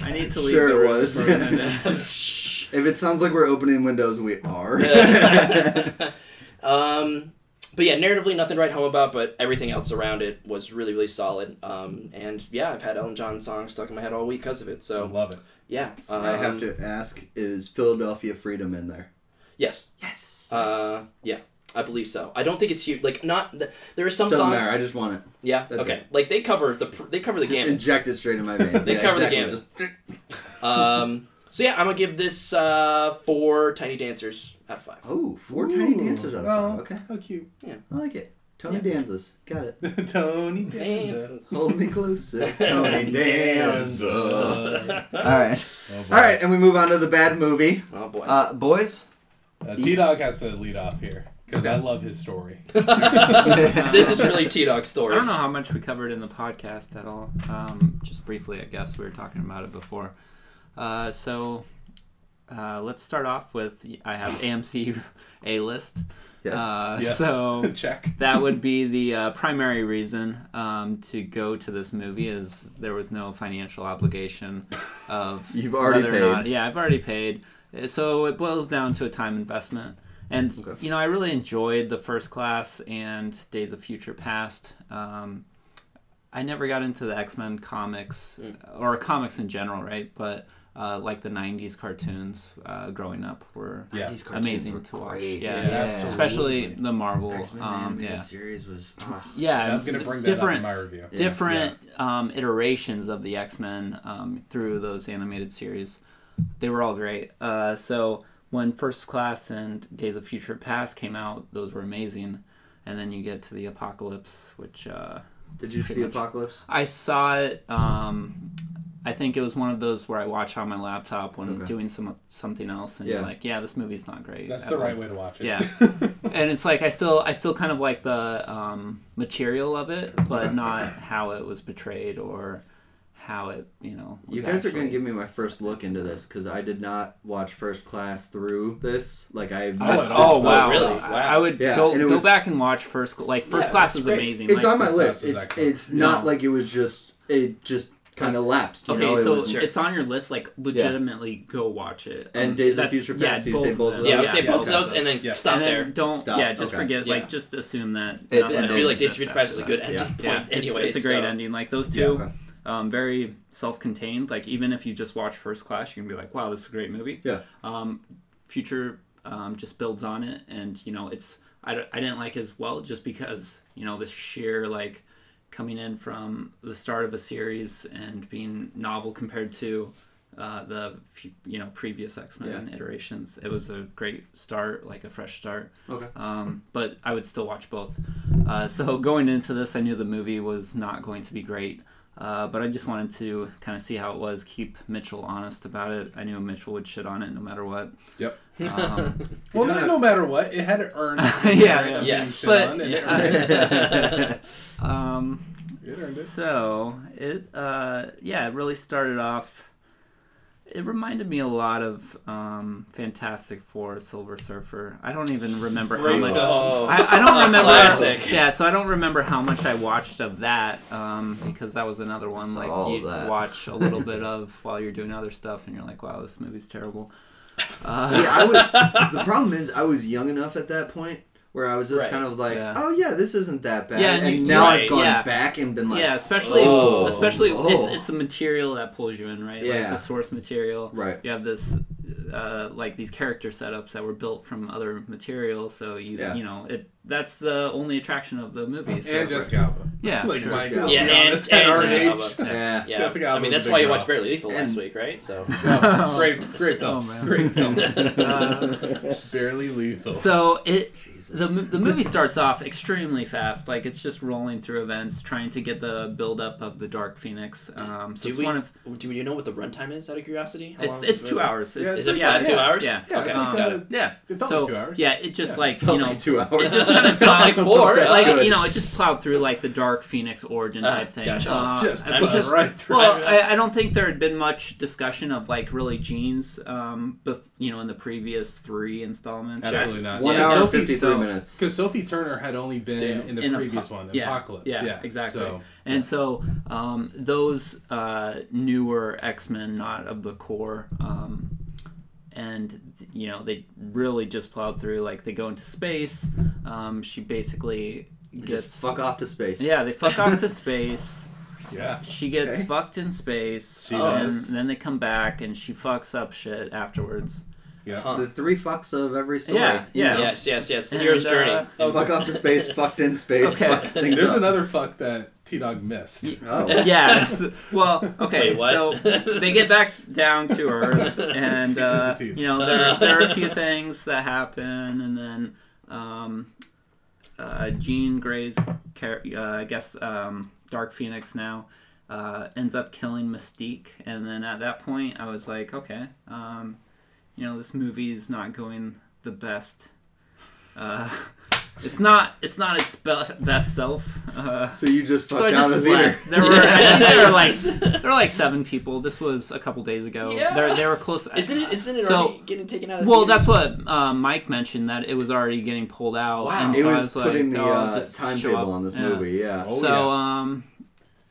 (laughs) I need to leave Sure the it room was. for (laughs) a minute. if it sounds like we're opening windows, we are. (laughs) um, but yeah, narratively nothing to write home about, but everything else around it was really, really solid. Um, and yeah, I've had Elton John songs stuck in my head all week because of it. I So love it. yeah, um, (laughs) I have to ask: Is Philadelphia Freedom in there? Yes. Yes. Uh, yeah, I believe so. I don't think it's huge. Like not th- there are some Doesn't songs. matter. I just want it. yeah. that's okay. Like they cover the pr- they cover the Just game. inject it straight in my veins. They yeah, cover the exactly. gamut. um, so yeah, I'm gonna give this uh, four tiny dancers out of five. Oh, four tiny Ooh. dancers out of Oh, five. Okay, How cute. (laughs) I like it. Tony Yeah. Danza's got it. Tony Danza. Dances. Hold me closer, Tony Danza. Uh, All right, oh boy. all right, and we move on to the bad movie. Oh boy. Uh, boys, Uh, T Dog has to lead off here because I love his story. this is really T Dog's story. I don't know how much we covered in the podcast at all. Um, just briefly, I guess we were talking about it before. Uh, so uh, let's start off with I have AMC A list. yes, Uh, Yes. So (laughs) check. that would be the uh, primary reason um, to go to this movie is there was no financial obligation (laughs) of You've already whether or paid. not- yeah i've already paid Uh, so it boils down to a time investment and Okay. you know i really enjoyed the first class and days of future past um, i never got into the x-men comics Mm. or comics in general right but uh, like the 90s cartoons uh, growing up were Yeah. These cartoons were amazing to watch great. yeah, Yeah, absolutely. especially the marvel X-Men the um, animated yeah series was. ah. yeah, I'm gonna bring d- that up in different my review. different um, iterations of the X Men um, through those animated series. They were all great. Uh, so when First Class and Days of Future Past came out, those were amazing. And then you get to the Apocalypse, which uh, Did you see Pretty much. Apocalypse? I saw it. Um, I think it was one of those where I watch on my laptop when Okay. doing some something else, and Yeah. you're like, "Yeah, this movie's not great." That's at the all right way to watch it. Yeah. and it's like I still I still kind of like the um, material of it, but not how it was portrayed or how it you know. was You guys are gonna actually- give me my first look into this because I did not watch First Class through this. Like I I missed would this oh whole wow! really? thing. I- I would Yeah, go and it go was- back and watch first like first Yeah, class that's is great. amazing. It's like, on my Class list. was It's excellent. it's not No. like it was just it just kind of lapsed. You Okay, know? It so was- sure. it's on your list. Like legitimately, go watch it. And Um, Days of that's- Future yeah, Past, you say both of them. yeah, I would Yeah, say yeah, both okay. of those and then Yeah. stop and there. then Don't Stop, yeah, just okay. forget Yeah. like just assume that. It- not it that I Yeah. feel like Days exists of Future after Past is a good that. ending Yeah. point. Yeah, it's, anyway, it's a great so- ending. Like those two, Yeah, okay. um, very self-contained. Like even if you just watch First Class, you can be like, "Wow, this is a great movie." Yeah. Um, Future um, just builds on it, and you know, it's I, d- I didn't like it as well just because you know the sheer like coming in from the start of a series and being novel compared to. Uh, the fu- you know previous X Men iterations, it was a great start, like a fresh start. Okay. Um, but I would still watch both. Uh, so (laughs) going into this, I knew the movie was not going to be great, uh, but I just wanted to kind of see how it was. Keep Mitchell honest about it. I knew Mitchell would shit on it no matter what. (laughs) (laughs) Yep. Um, Well, You don't not have- no matter what, it had earned. Yeah, (laughs) yeah. Yes. But- but, (laughs) um, it earned it. So it, uh, yeah, it really started off. It reminded me a lot of um, Fantastic Four, Silver Surfer. I don't even remember how Great much. film. Oh. I, (laughs) (laughs) I don't remember. Classic. Yeah, so I don't remember how much I watched of that um, because that was another one Saw like all you of that. watch a (laughs) little bit of while you're doing other stuff, and you're like, wow, this (laughs) movie's terrible. Uh, See, I (laughs) was. the problem is, I was young enough at that point where I was just Right. kind of like, Yeah. oh yeah, this isn't that bad. Yeah, and and you- now I've right, gone yeah. back and been like, yeah, especially Oh. especially Oh. it's it's the material that pulls you in, right? Yeah. Like the source material. right. You have this uh, like these character setups that were built from other material, so you Yeah. you know it. That's the only attraction of the movie. So, And Jessica Alba. yeah, Like sure. Mike, Jessica let's Alba. be Yeah, and- honest, at and (laughs) our Jessica age. Alba. Yeah. Yeah. Jessica I Alba's mean, a that's big why you draw. watched Barely Lethal last week, right? So (laughs) No, great, great Oh, film. man. great (laughs) film. Uh, (laughs) Barely lethal. So it (laughs) Jesus. the, the movie starts off extremely fast, like it's just rolling through events, trying to get the buildup of the Dark Phoenix. Um, so Do it's we- one of Uh, do you know what the runtime is? Out of curiosity, How it's long is it's the two movie? hours. Yeah, It's, Is it yeah, yeah, it's- two hours? Yeah, Yeah, okay, it's um, like got a- it. yeah. It felt so like two hours. yeah, it just Yeah. like Felt you know like two hours. (laughs) it just kind of Felt like plowed- four. That's like good. you know, it just plowed through like the Dark Phoenix origin Ah, type thing. gotcha. Uh, just I- buzzed because- right through. well, I, I don't think there had been much discussion of like really genes, um, bef- you know, in the previous three installments. Absolutely not. One Yeah. hour Sophie- fifty three so- minutes. Because Sophie Turner had only been Damn. in the In previous Apo- one, yeah, Apocalypse. Yeah, Yeah, exactly. So, and so um, those uh, newer X Men, not of the core, um, and th- you know they really just plowed through. Like they go into space. Um, she basically gets Just fuck off to space. yeah, they fuck off to space. (laughs) yeah. She gets Okay. fucked in space. um, She and does. then they come back and she fucks up shit afterwards. Yeah. Huh. The three fucks of every story. Yeah, yeah. Yes, yes, yes. The hero's And, journey. uh, You fuck off to (laughs) (laughs) space, fucked in space, Okay. fucks things There's up. another fuck that T Dog missed. (laughs) Oh. yes. Well, okay. Wait, what? So they get back down (laughs) to Earth, and uh, It's a tease. you know there, there are a few things that happen, and then um, uh, Jean Grey's, char- uh, I guess um, Dark Phoenix now uh, ends up killing Mystique, and then at that point I was like, okay, um, you know this movie is not going the best. Uh, (laughs) it's not. It's not its be- best self. (laughs) Uh, So you just so I fucked out of just the (laughs) theater. left. (laughs) There (laughs) were, I think there were like there were like seven people. This was a couple days ago. Yeah. They're, they were close. Isn't it? Isn't it So- already getting taken out of? well, theaters? that's what uh, Mike mentioned that it was already getting pulled out. Wow. and It so I was, was putting like, the oh, I'll uh, just show timetable up. on this Yeah. movie. Yeah. Oh, so, yeah. um,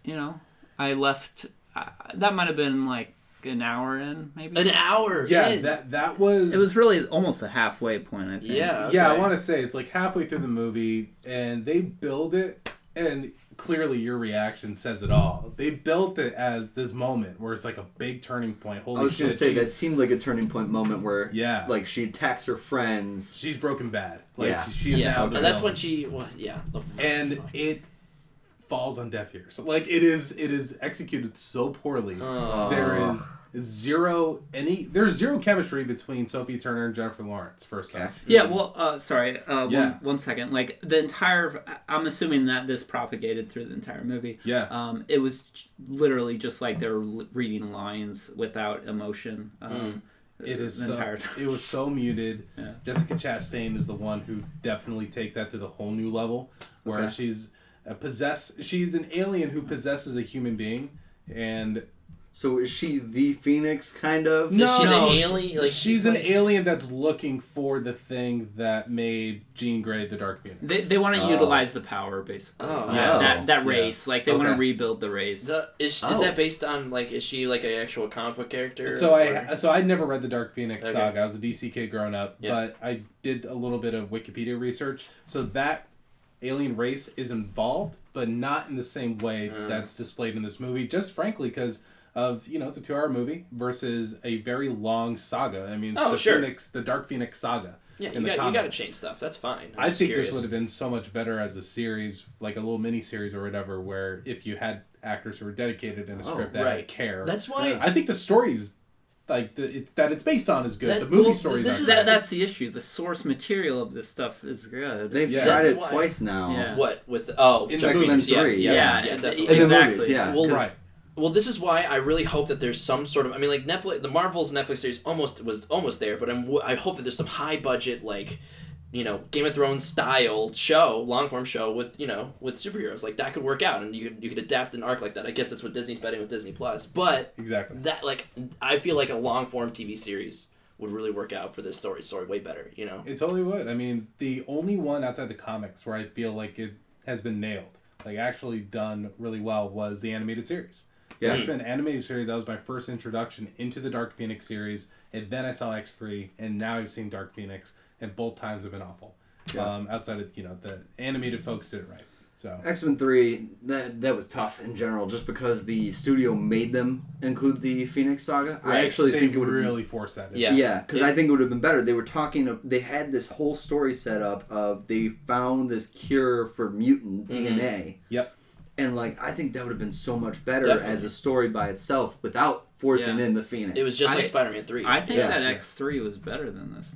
you know, I left. I that might have been like an hour in, maybe. an hour. Yeah, in. that that was. It was really almost a halfway point. I think. Yeah. Yeah, I okay. want to say it's like halfway through the movie, and they build it, and clearly your reaction says it all. They built it as this moment where it's like a big turning point. Holy I was shit! gonna say that she's, seemed like a turning point moment where, Yeah. like she attacks her friends. she's broken bad. Like Yeah. she's Yeah, now. and the that's villain. when she. Well, yeah. Oh, the- and it falls on deaf ears. Like it is, it is executed so poorly. Oh. There is zero any. There's zero chemistry between Sophie Turner and Jennifer Lawrence. First Okay. off, Yeah, well, uh, sorry, uh, Yeah. one, one second. Like the entire, I'm assuming that this propagated through the entire movie. Yeah. Um, it was j- literally just like they were l- reading lines without emotion. Um, it is the so, entire (laughs) it was so muted. Yeah. Jessica Chastain is the one who definitely takes that to the whole new level, where Okay. she's a possess. She's an alien who possesses a human being, and So is she the Phoenix kind of? Is she No, an alien? Like she's, an like- alien that's looking for the thing that made Jean Grey the Dark Phoenix. They, they want to Oh. utilize the power basically. Oh. yeah, Oh. that that Yeah. race. Like they want Okay. to rebuild the race. The- is, Oh. is that based on like is she like an actual comic book character? So or- I so I'd never read the Dark Phoenix Okay. saga. I was a DC kid growing up, Yeah. but I did a little bit of Wikipedia research. So that alien race is involved, but not in the same way Hmm. that's displayed in this movie. Just frankly, because of you know it's a two-hour movie versus a very long saga. I mean, it's Oh, the sure. Phoenix, the Dark Phoenix saga. yeah, you in the got you got to comics. change stuff. That's fine. I'm I just think curious. this would have been so much better as a series, like a little mini series or whatever, where if you had actors who were dedicated in a script that Oh, right. had care. That's why- I think the stories, like the it, that it's based on, is good. That- the movie well, stories. this are is- good. that, that's the issue. The source material of this stuff is good. They've Yeah. tried That's it why- twice now. Yeah. What with oh In Dark the X-Men Phoenix, yeah, 3, yeah, yeah. yeah, In the- definitely. In the Exactly. movies, yeah. Well, 'cause- right. Well, this is why I really hope that there's some sort of. I mean, like Netflix, the Marvel's Netflix series almost was almost there, but I'm. w- I hope that there's some high budget like, you know, Game of Thrones style show, long form show with you know with superheroes like that could work out, and you could you could adapt an arc like that. I guess that's what Disney's betting with Disney Plus, but Exactly. that like I feel like a long form TV series would really work out for this story story way better. You know. It totally would. I mean, the only one outside the comics where I feel like it has been nailed, like actually done really well, was the animated series. Yeah. Yeah. X Men animated series, that was my first introduction into the Dark Phoenix series, and then I saw X3, and now I've seen Dark Phoenix, and both times have been awful. Um, outside of, you know, the animated folks did it right. So, X Men Three that that was tough in general, just because the studio made them include the Phoenix Saga. I Right. actually they think it would really forced that in. Yeah. Yeah, because Yeah. I think it would have been better. They were talking. of- They had this whole story set up of they found this cure for mutant DNA, Mm-hmm. Yep. and like I think that would have been so much better Definitely. as a story by itself without forcing Yeah. in the Phoenix. It was just I- like Spider Man Three. I think Yeah. that Yeah. X three was better than this.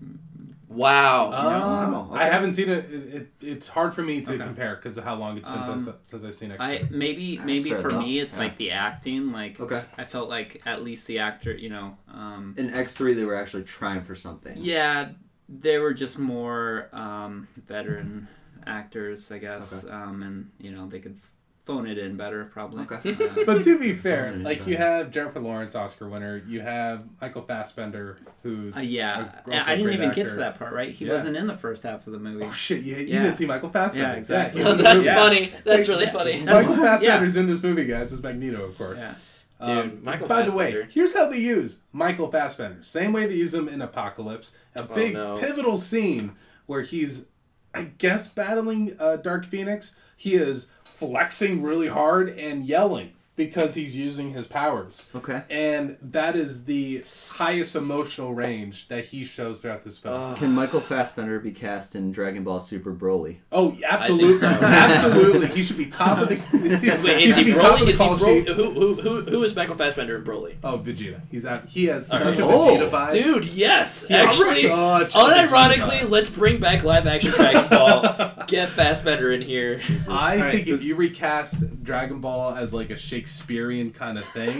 wow. Um, wow, okay. I haven't seen it. it, it it's hard for me to Okay. compare because of how long it's been since, since I've seen X3. Um, I maybe maybe fair for enough. me it's Yeah. like the acting. Like Okay. I felt like at least the actor, you know. Um, in X three. They were actually trying for something. Yeah, they were just more um, veteran actors, I guess, um, and you know they could phone it in better probably. Okay. Uh, (laughs) but to be (laughs) fair, like you have Jennifer Lawrence, Oscar winner. You have Michael Fassbender, who's (laughs) uh, a- yeah, also a I didn't great even get actor. to that part. Right, he Yeah. wasn't in the first half of the movie. Oh shit! You, you Yeah. didn't see Michael Fassbender. Yeah, exactly. That is (laughs) (laughs) the That's movie. funny. That's Wait, really that- funny. that's- Michael Yeah. Fassbender's in this movie, guys. It's Magneto, of course. Um, Dude, Michael By the way, Fassbender. here's how they use Michael Fassbender. Same way they use him in Apocalypse, a big Oh, no. pivotal scene where he's, I guess, battling uh, Dark Phoenix. He is flexing really hard and yelling. because he's using his powers. Okay. And that is the highest emotional range that he shows throughout this film. Can Michael Fassbender be cast in Dragon Ball Super Broly? oh, absolutely, so. (laughs) absolutely, he should be top of the. (laughs) Wait, is should he be top of Broly? the Is he call Broly? sheet. Who, who, who, who is Michael Fassbender in Broly? Oh, Vegeta, he's out. He has such right. a Oh, Vegeta vibe. Dude, yes. has Actually, such a unironically, Vegeta. let's bring back live action Dragon (laughs) Ball. Get Fassbender in here. I Alright, think if this- you recast Dragon Ball as like a Shakespearean kind of thing,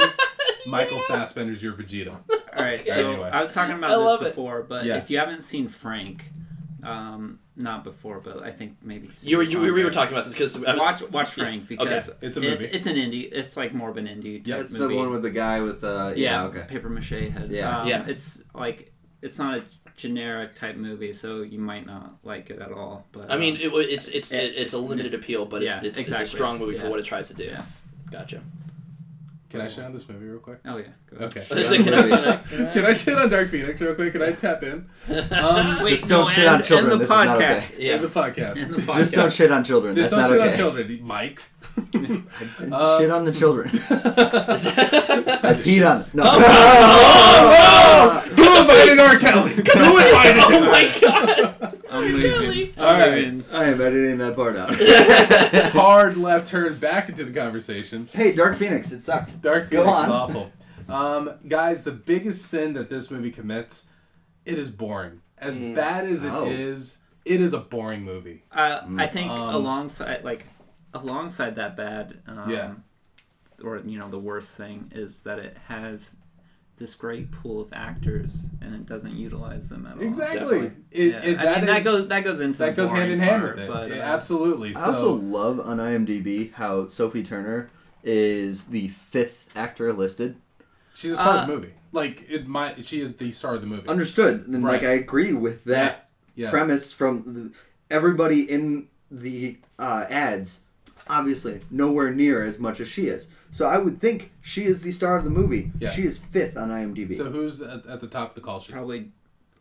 Michael Fassbender's your Vegeta. All right, so Anyway. I was talking I about love it. this before, but Yeah. if you haven't seen Frank, um, not before, but I think maybe You were you, we were talking about this because I was Watch watch Frank because It's a movie. It's, an indie. It's like more of an indie. Type Yep. That's movie. the one with the guy with the yeah. Okay. Paper mache head. Yeah. Um, Yeah. It's like it's not a generic type movie, so you might not like it at all. But I mean, um, it, wa- it's it's It- it, it's a it's- limited appeal, but it- yeah, it's, exactly. it's a strong movie Yeah. for what it tries to do. Yeah. (laughs) Gotcha. Can I shit on this movie real quick? oh yeah. go ahead. Okay. It's like- (laughs) Can I shit on Dark Phoenix real quick? Can I tap in? Um, (laughs) Wait, Just don't no, shit on end- children, End the this is not okay. (laughs) podcast. In yeah. the podcast. End the Just podcast. Just don't shit on children. Just That's don't shit not on okay. children, Mike. (laughs) Don't Uh, shit on the children. (laughs) I just Heat shit- on them. (laughs) No. (laughs) Oh, Who invited R. Kelly? Who invited Oh him? my god! I'm (laughs) leaving. All I'm right. leaving. I am editing that part (laughs) out. Hard left turn back into the conversation. hey, Dark Phoenix, it sucked. Dark Go Phoenix is on. awful. Um, guys, the biggest sin that this movie commits, it is boring. As Mm. bad as it is, Oh. it is a boring movie. Uh, I think Um, alongside like alongside that bad um, Yeah. or you know the worst thing is that it has this great pool of actors and it doesn't utilize them Oh, at all. Exactly. definitely. It, Yeah. it, I that, mean, that is- goes that goes into that the goes hand boring in hand part, with it. But, Yeah, uh, absolutely. I also So love on IMDb how Sophie Turner is the fifth actor listed. she's a star uh, of the movie. Like it, my she is the star of the movie. Understood. And like Right. I agree with that Yeah. premise from the, everybody in the uh, ads. Obviously, nowhere near as much as she is. So I would think she is the star of the movie. Yeah. She is fifth on IMDb. So who's at, at the top of the call sheet? probably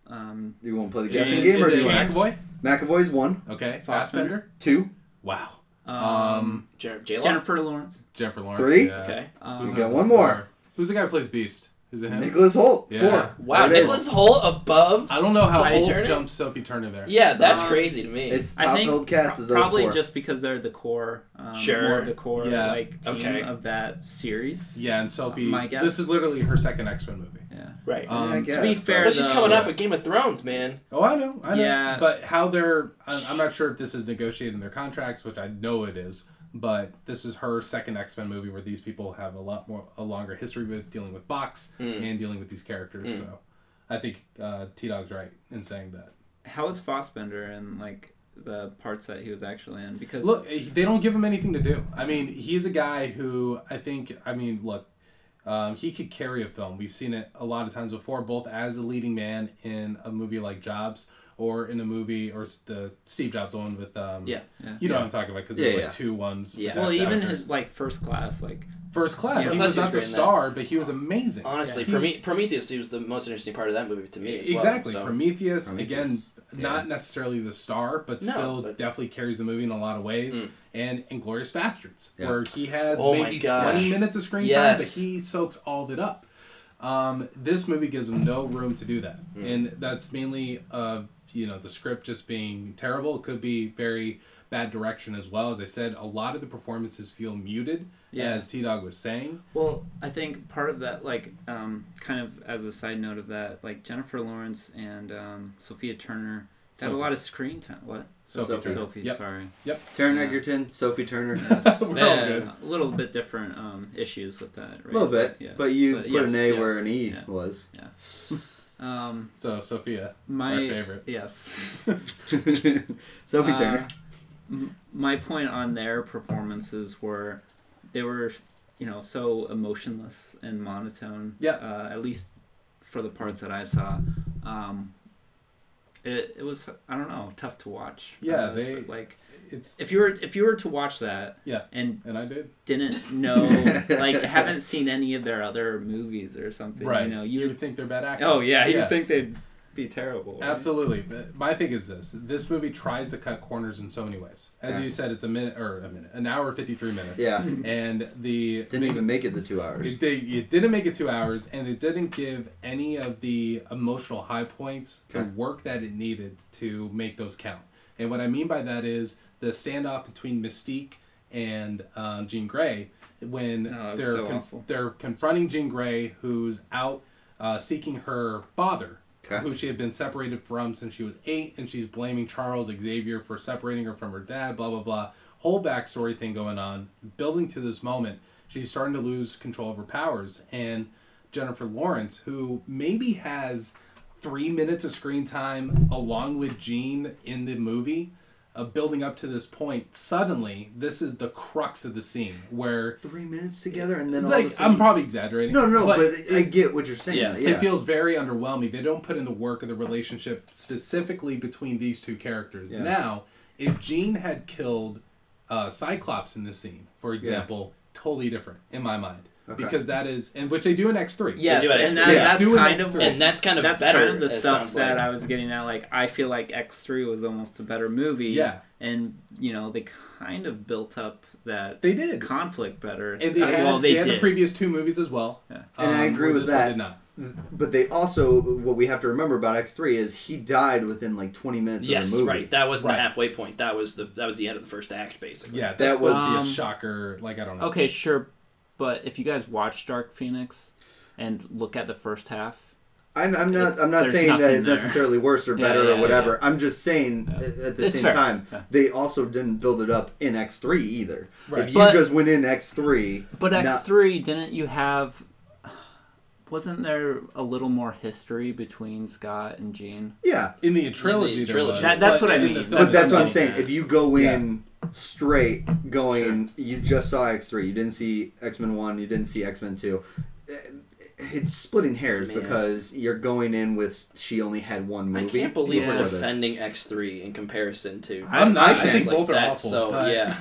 um, you want to play the Is guessing it- game, or do is you it want? McAvoy? McAvoy's one, Okay. Fassbender? Fassbender. two. Wow. um, Um, Jen- J-Lo? Jennifer Lawrence. Jennifer Lawrence. Three? yeah. Okay. Um, We Who's got that? one more. Who's the guy who plays Beast? Is it him? Nicholas Holt, Yeah. four. Wow, There it is. Nicholas Holt above? I don't know how Sophie old Turner? jumps Sophie Turner there. Yeah, that's Um, crazy to me. It's I top think old cast is pro- those probably four. just because they're the core, um, Sure. more of the core Yeah. like team Okay. of that series. Yeah, and Sophie. My guess. This is literally her second X Men movie. Yeah, right. um, Yeah, I to be guess, to be but- fair, but she's though- coming off of Game of Thrones, man. Oh, I know, I know. Yeah. But how they're, I- I'm not sure if this is negotiated in their contracts, which I know it is. But this is her second X Men movie where these people have a lot more, a longer history with dealing with Fox Mm. and dealing with these characters. So, I think uh, T Dog's right in saying that. How is Fossbender in like the parts that he was actually in? Because Look, they don't give him anything to do. I mean, he's a guy who I think. I mean, look, um, he could carry a film. We've seen it a lot of times before, both as a leading man in a movie like Jobs, or in a movie or s- the Steve Jobs one with. Um, Yeah. Yeah. You know what I'm talking about because there's Yeah, like yeah. two ones. with Yeah. that well, even actor. his like first class, like first class, Yeah. he Unless was he was not the great in that. star, but he was amazing. Honestly, He- Prome- Prometheus was the most interesting part of that movie to me as well. Exactly. so- Prometheus, Prometheus, again, not necessarily the star, but No, still but- Hmm. definitely carries the movie in a lot of ways. And Inglorious Bastards, Yeah. where he has Oh my maybe gosh. 20 minutes of screen time, but Yes. he soaks all of it up. Um, this movie gives him no room to do that. Hmm. And that's mainly, uh, you know, the script just being terrible. It could be very bad direction as well. As I said, a lot of the performances feel muted, Yeah. as T Dog was saying. Well, I think part of that, like, um, kind of as a side note of that, like Jennifer Lawrence and um, Sophia Turner got a Sophie. lot of screen time. What? Sophie Sophie. Turner. Sophie, Yep. sorry. Taron Yeah. Egerton, Sophie (laughs) Turner. (laughs) Yes. We're all Man. good. a little bit different um, issues with that. Right? A little bit, Yeah. but you But put yes, an A yes, where an E yeah. was. (laughs) Um, So, Sophia, my our favorite. (laughs) Yes. Sophie Turner. Uh, m- my point on their performances were they were, you know, so emotionless and monotone. Yeah. Uh, at least for the parts that I saw. Um, it, it was I don't know tough to watch. Yeah, Uh, it's they- like It's, if you were if you were to watch that. Yeah. And and I did. didn't know like haven't seen any of their other movies or something. Right. You know you you. would think they're bad actors. Oh yeah, you would think they'd be terrible. right? Absolutely. But My thing is this: this movie tries to cut corners in so many ways. As Yeah. you said, it's a minute or a minute, an hour fifty three minutes. Yeah. And the Didn't even make it the two hours. it, they, it didn't make it two hours, and it didn't give any of the emotional high points the Okay. work that it needed to make those count. And what I mean by that is the standoff between Mystique and um, Jean Grey when No, Oh, it was they're so con- awful. they're confronting Jean Grey, who's out uh, seeking her father, Okay. who she had been separated from since she was eight, and she's blaming Charles Xavier for separating her from her dad, blah, blah, blah. Whole backstory thing going on, building to this moment. She's starting to lose control of her powers, and Jennifer Lawrence, who maybe has three minutes of screen time along with Jean in the movie. Uh, building up to this point, suddenly this is the crux of the scene where, Three minutes together, and then all of a like, sudden, I'm probably exaggerating. no, no, but, I it- get what you're saying. Yeah. Yeah, it feels very underwhelming. They don't put in the work of the relationship specifically between these two characters. Yeah. Now, if Jean had killed uh, Cyclops in this scene, for example, totally different in my mind Okay. because that is and which they do in X three. Yes, They do it and that, extra. Yeah. that's Do it kind of extra. and that's kind of that's better. kind of the it stuff sounds that like. I was getting at. Like, I feel like X three was almost a better movie. Yeah. and you know they kind of built up that they did. conflict better. And they Uh, had, well, they they, had did. the previous two movies as well. Um, Yeah. And I agree where with this one that. Did not. But they also, what we have to remember about X three is he died within like 20 minutes of yes, the movie. right. That wasn't Right. the halfway point. That was the that was the end of the first act, basically. Yeah, that's was- was Um, a shocker. Like I don't know. okay, sure, but if you guys watch Dark Phoenix and look at the first half, I'm, I'm not. It's- I'm not there's saying that nothing it's there. necessarily worse or Yeah, better yeah, or yeah, whatever. I'm just saying uh, at the It's same fair. time Yeah. they also didn't build it up in X three either. Right. If you But- just went in X three, but X three didn't you have? Wasn't there a little more history between Scott and Jean? yeah. In the trilogy, there trilogy. was, That- that's but what I in mean. the But film, But that's what I'm Yeah. saying. If you go in straight, going, you just saw X three. You didn't see X Men one. You didn't see X Men two. Uh, It's splitting hairs Man. because you're going in with she only had one I movie. can't believe before we're this. defending X three in comparison to. I'm not. I I, think think like both are that's awful. so- but- (laughs) yeah.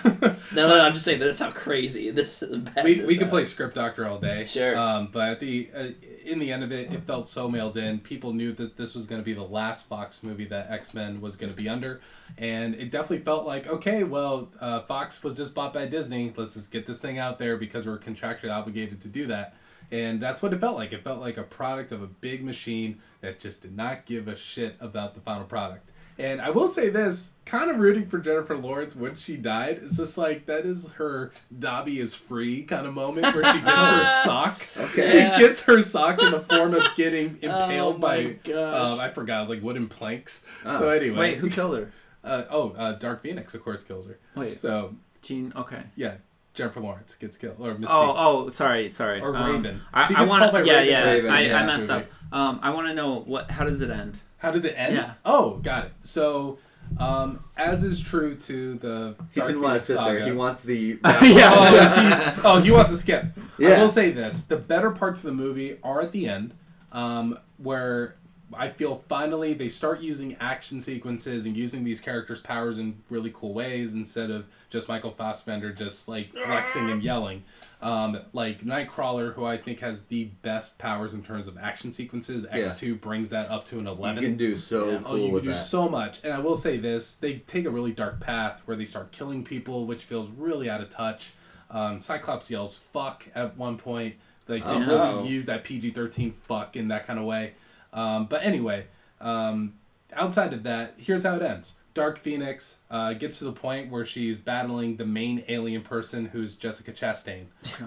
No, no, I'm just saying that's how crazy (laughs) this. Bad we, this we could is. play script doctor all day Sure. um, but at the uh, in the end of it it felt so mailed in people knew that this was going to be the last fox movie that x-men was going to be under and it definitely felt like okay well uh, fox was just bought by disney let's just get this thing out there because we're contractually obligated to do that and that's what it felt like it felt like a product of a big machine that just did not give a shit about the final product and I will say this, kind of rooting for Jennifer Lawrence when she died. It's just like that is her Dobby is free kind of moment where she gets her sock. Okay. She Yeah. gets her sock in the form (laughs) of getting impaled Oh my by gosh. um, I forgot, it was like wooden planks. Ah. So anyway, Wait, who killed her? (laughs) uh, oh, uh, Dark Phoenix of course kills her. Wait. So Jean. Okay. yeah, Jennifer Lawrence gets killed or Mystique. Oh, oh, sorry, sorry. Or Um, Raven. She I, I gets want called by to. Yeah, Raven. yeah. Raven, I, yeah. I messed up. Um, I want to know what. How does (laughs) it end? How does it end? Yeah. Oh, got it. So um, as is true to the He Dark didn't want to Phoenix sit saga, there. He wants (laughs) the. (laughs) Oh, he, (laughs) oh, he wants to skip. Yeah. I will say this: the better parts of the movie are at the end, um, where I feel finally they start using action sequences and using these characters' powers in really cool ways instead of just Michael Fassbender just like flexing and yelling. Um, like Nightcrawler, who I think has the best powers in terms of action sequences, X two brings that up to an You eleven. can do so Yeah. cool Oh, you with can do that. so much. And I will say this: they take a really dark path where they start killing people, which feels really out of touch. Um, Cyclops yells "fuck" at one point. Like they Oh, really no. use that PG thirteen "fuck" in that kind of way. Um, but anyway, um, outside of that, here's how it ends. Dark Phoenix uh, gets to the point where she's battling the main alien person, who's Jessica (laughs) Chastain,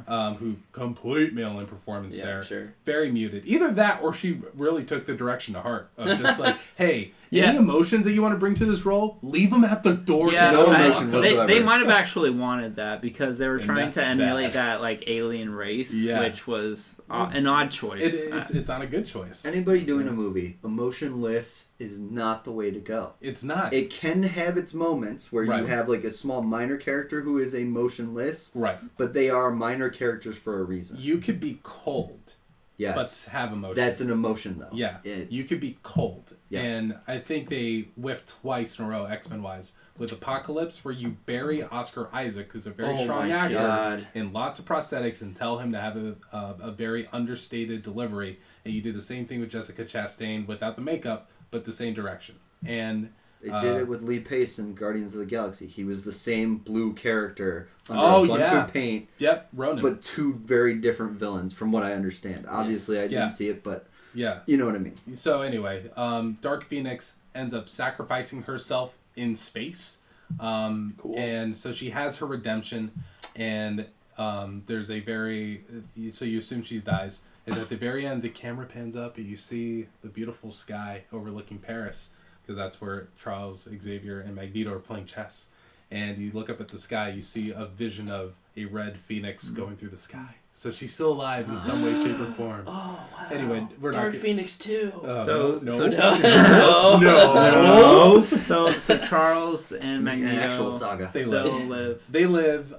um, who complete male in performance Yeah, there sure. very muted. Either that, or she really took the direction to heart of just like, hey, Yeah. any emotions that you want to bring to this role, leave them at the door. 'cause Yeah, no I- emotion I- they, whatsoever. they might have actually wanted that because they were And trying to that's emulate bad. that like alien race, Yeah. which was uh, an odd choice. It, it's it's not a good choice. Anybody doing a movie, emotionless is not the way to go. It's not It can have its moments where you Right. have like a small minor character who is emotionless, right. but they are minor characters for a reason. You could be cold, Yes. but have emotion. That's an emotion though. yeah, It- you could be cold, Yeah. and I think they whiffed twice in a row X Men wise with Apocalypse, where you bury Oscar Isaac, who's a very Oh strong my actor, God. in lots of prosthetics, and tell him to have a, a, a very understated delivery. And you do the same thing with Jessica Chastain without the makeup, but the same direction. And They uh, did it with Lee Pace in Guardians of the Galaxy. He was the same blue character under Oh, a bunch yeah. of paint, Yep, Ronan. but two very different villains, from what I understand. Obviously, I didn't Yeah. see it, but yeah. you know what I mean. So anyway, um, Dark Phoenix ends up sacrificing herself in space, um, Cool. and so she has her redemption, and um, there's a very so you assume she dies, and at the very end, the camera pans up and you see the beautiful sky overlooking Paris, because that's where Charles Xavier and Magneto are playing chess, and you look up at the sky, you see a vision of a red phoenix Mm. going through the sky. So she's still alive in some way, shape, or form. (gasps) Oh wow. Anyway, we're not Dark get- Phoenix Oh, too. (laughs) Uh, (laughs) So- no, so- no, No. Oh. No. Uh, (laughs) so so Charles and An Magneto actual saga. They still live. live. They live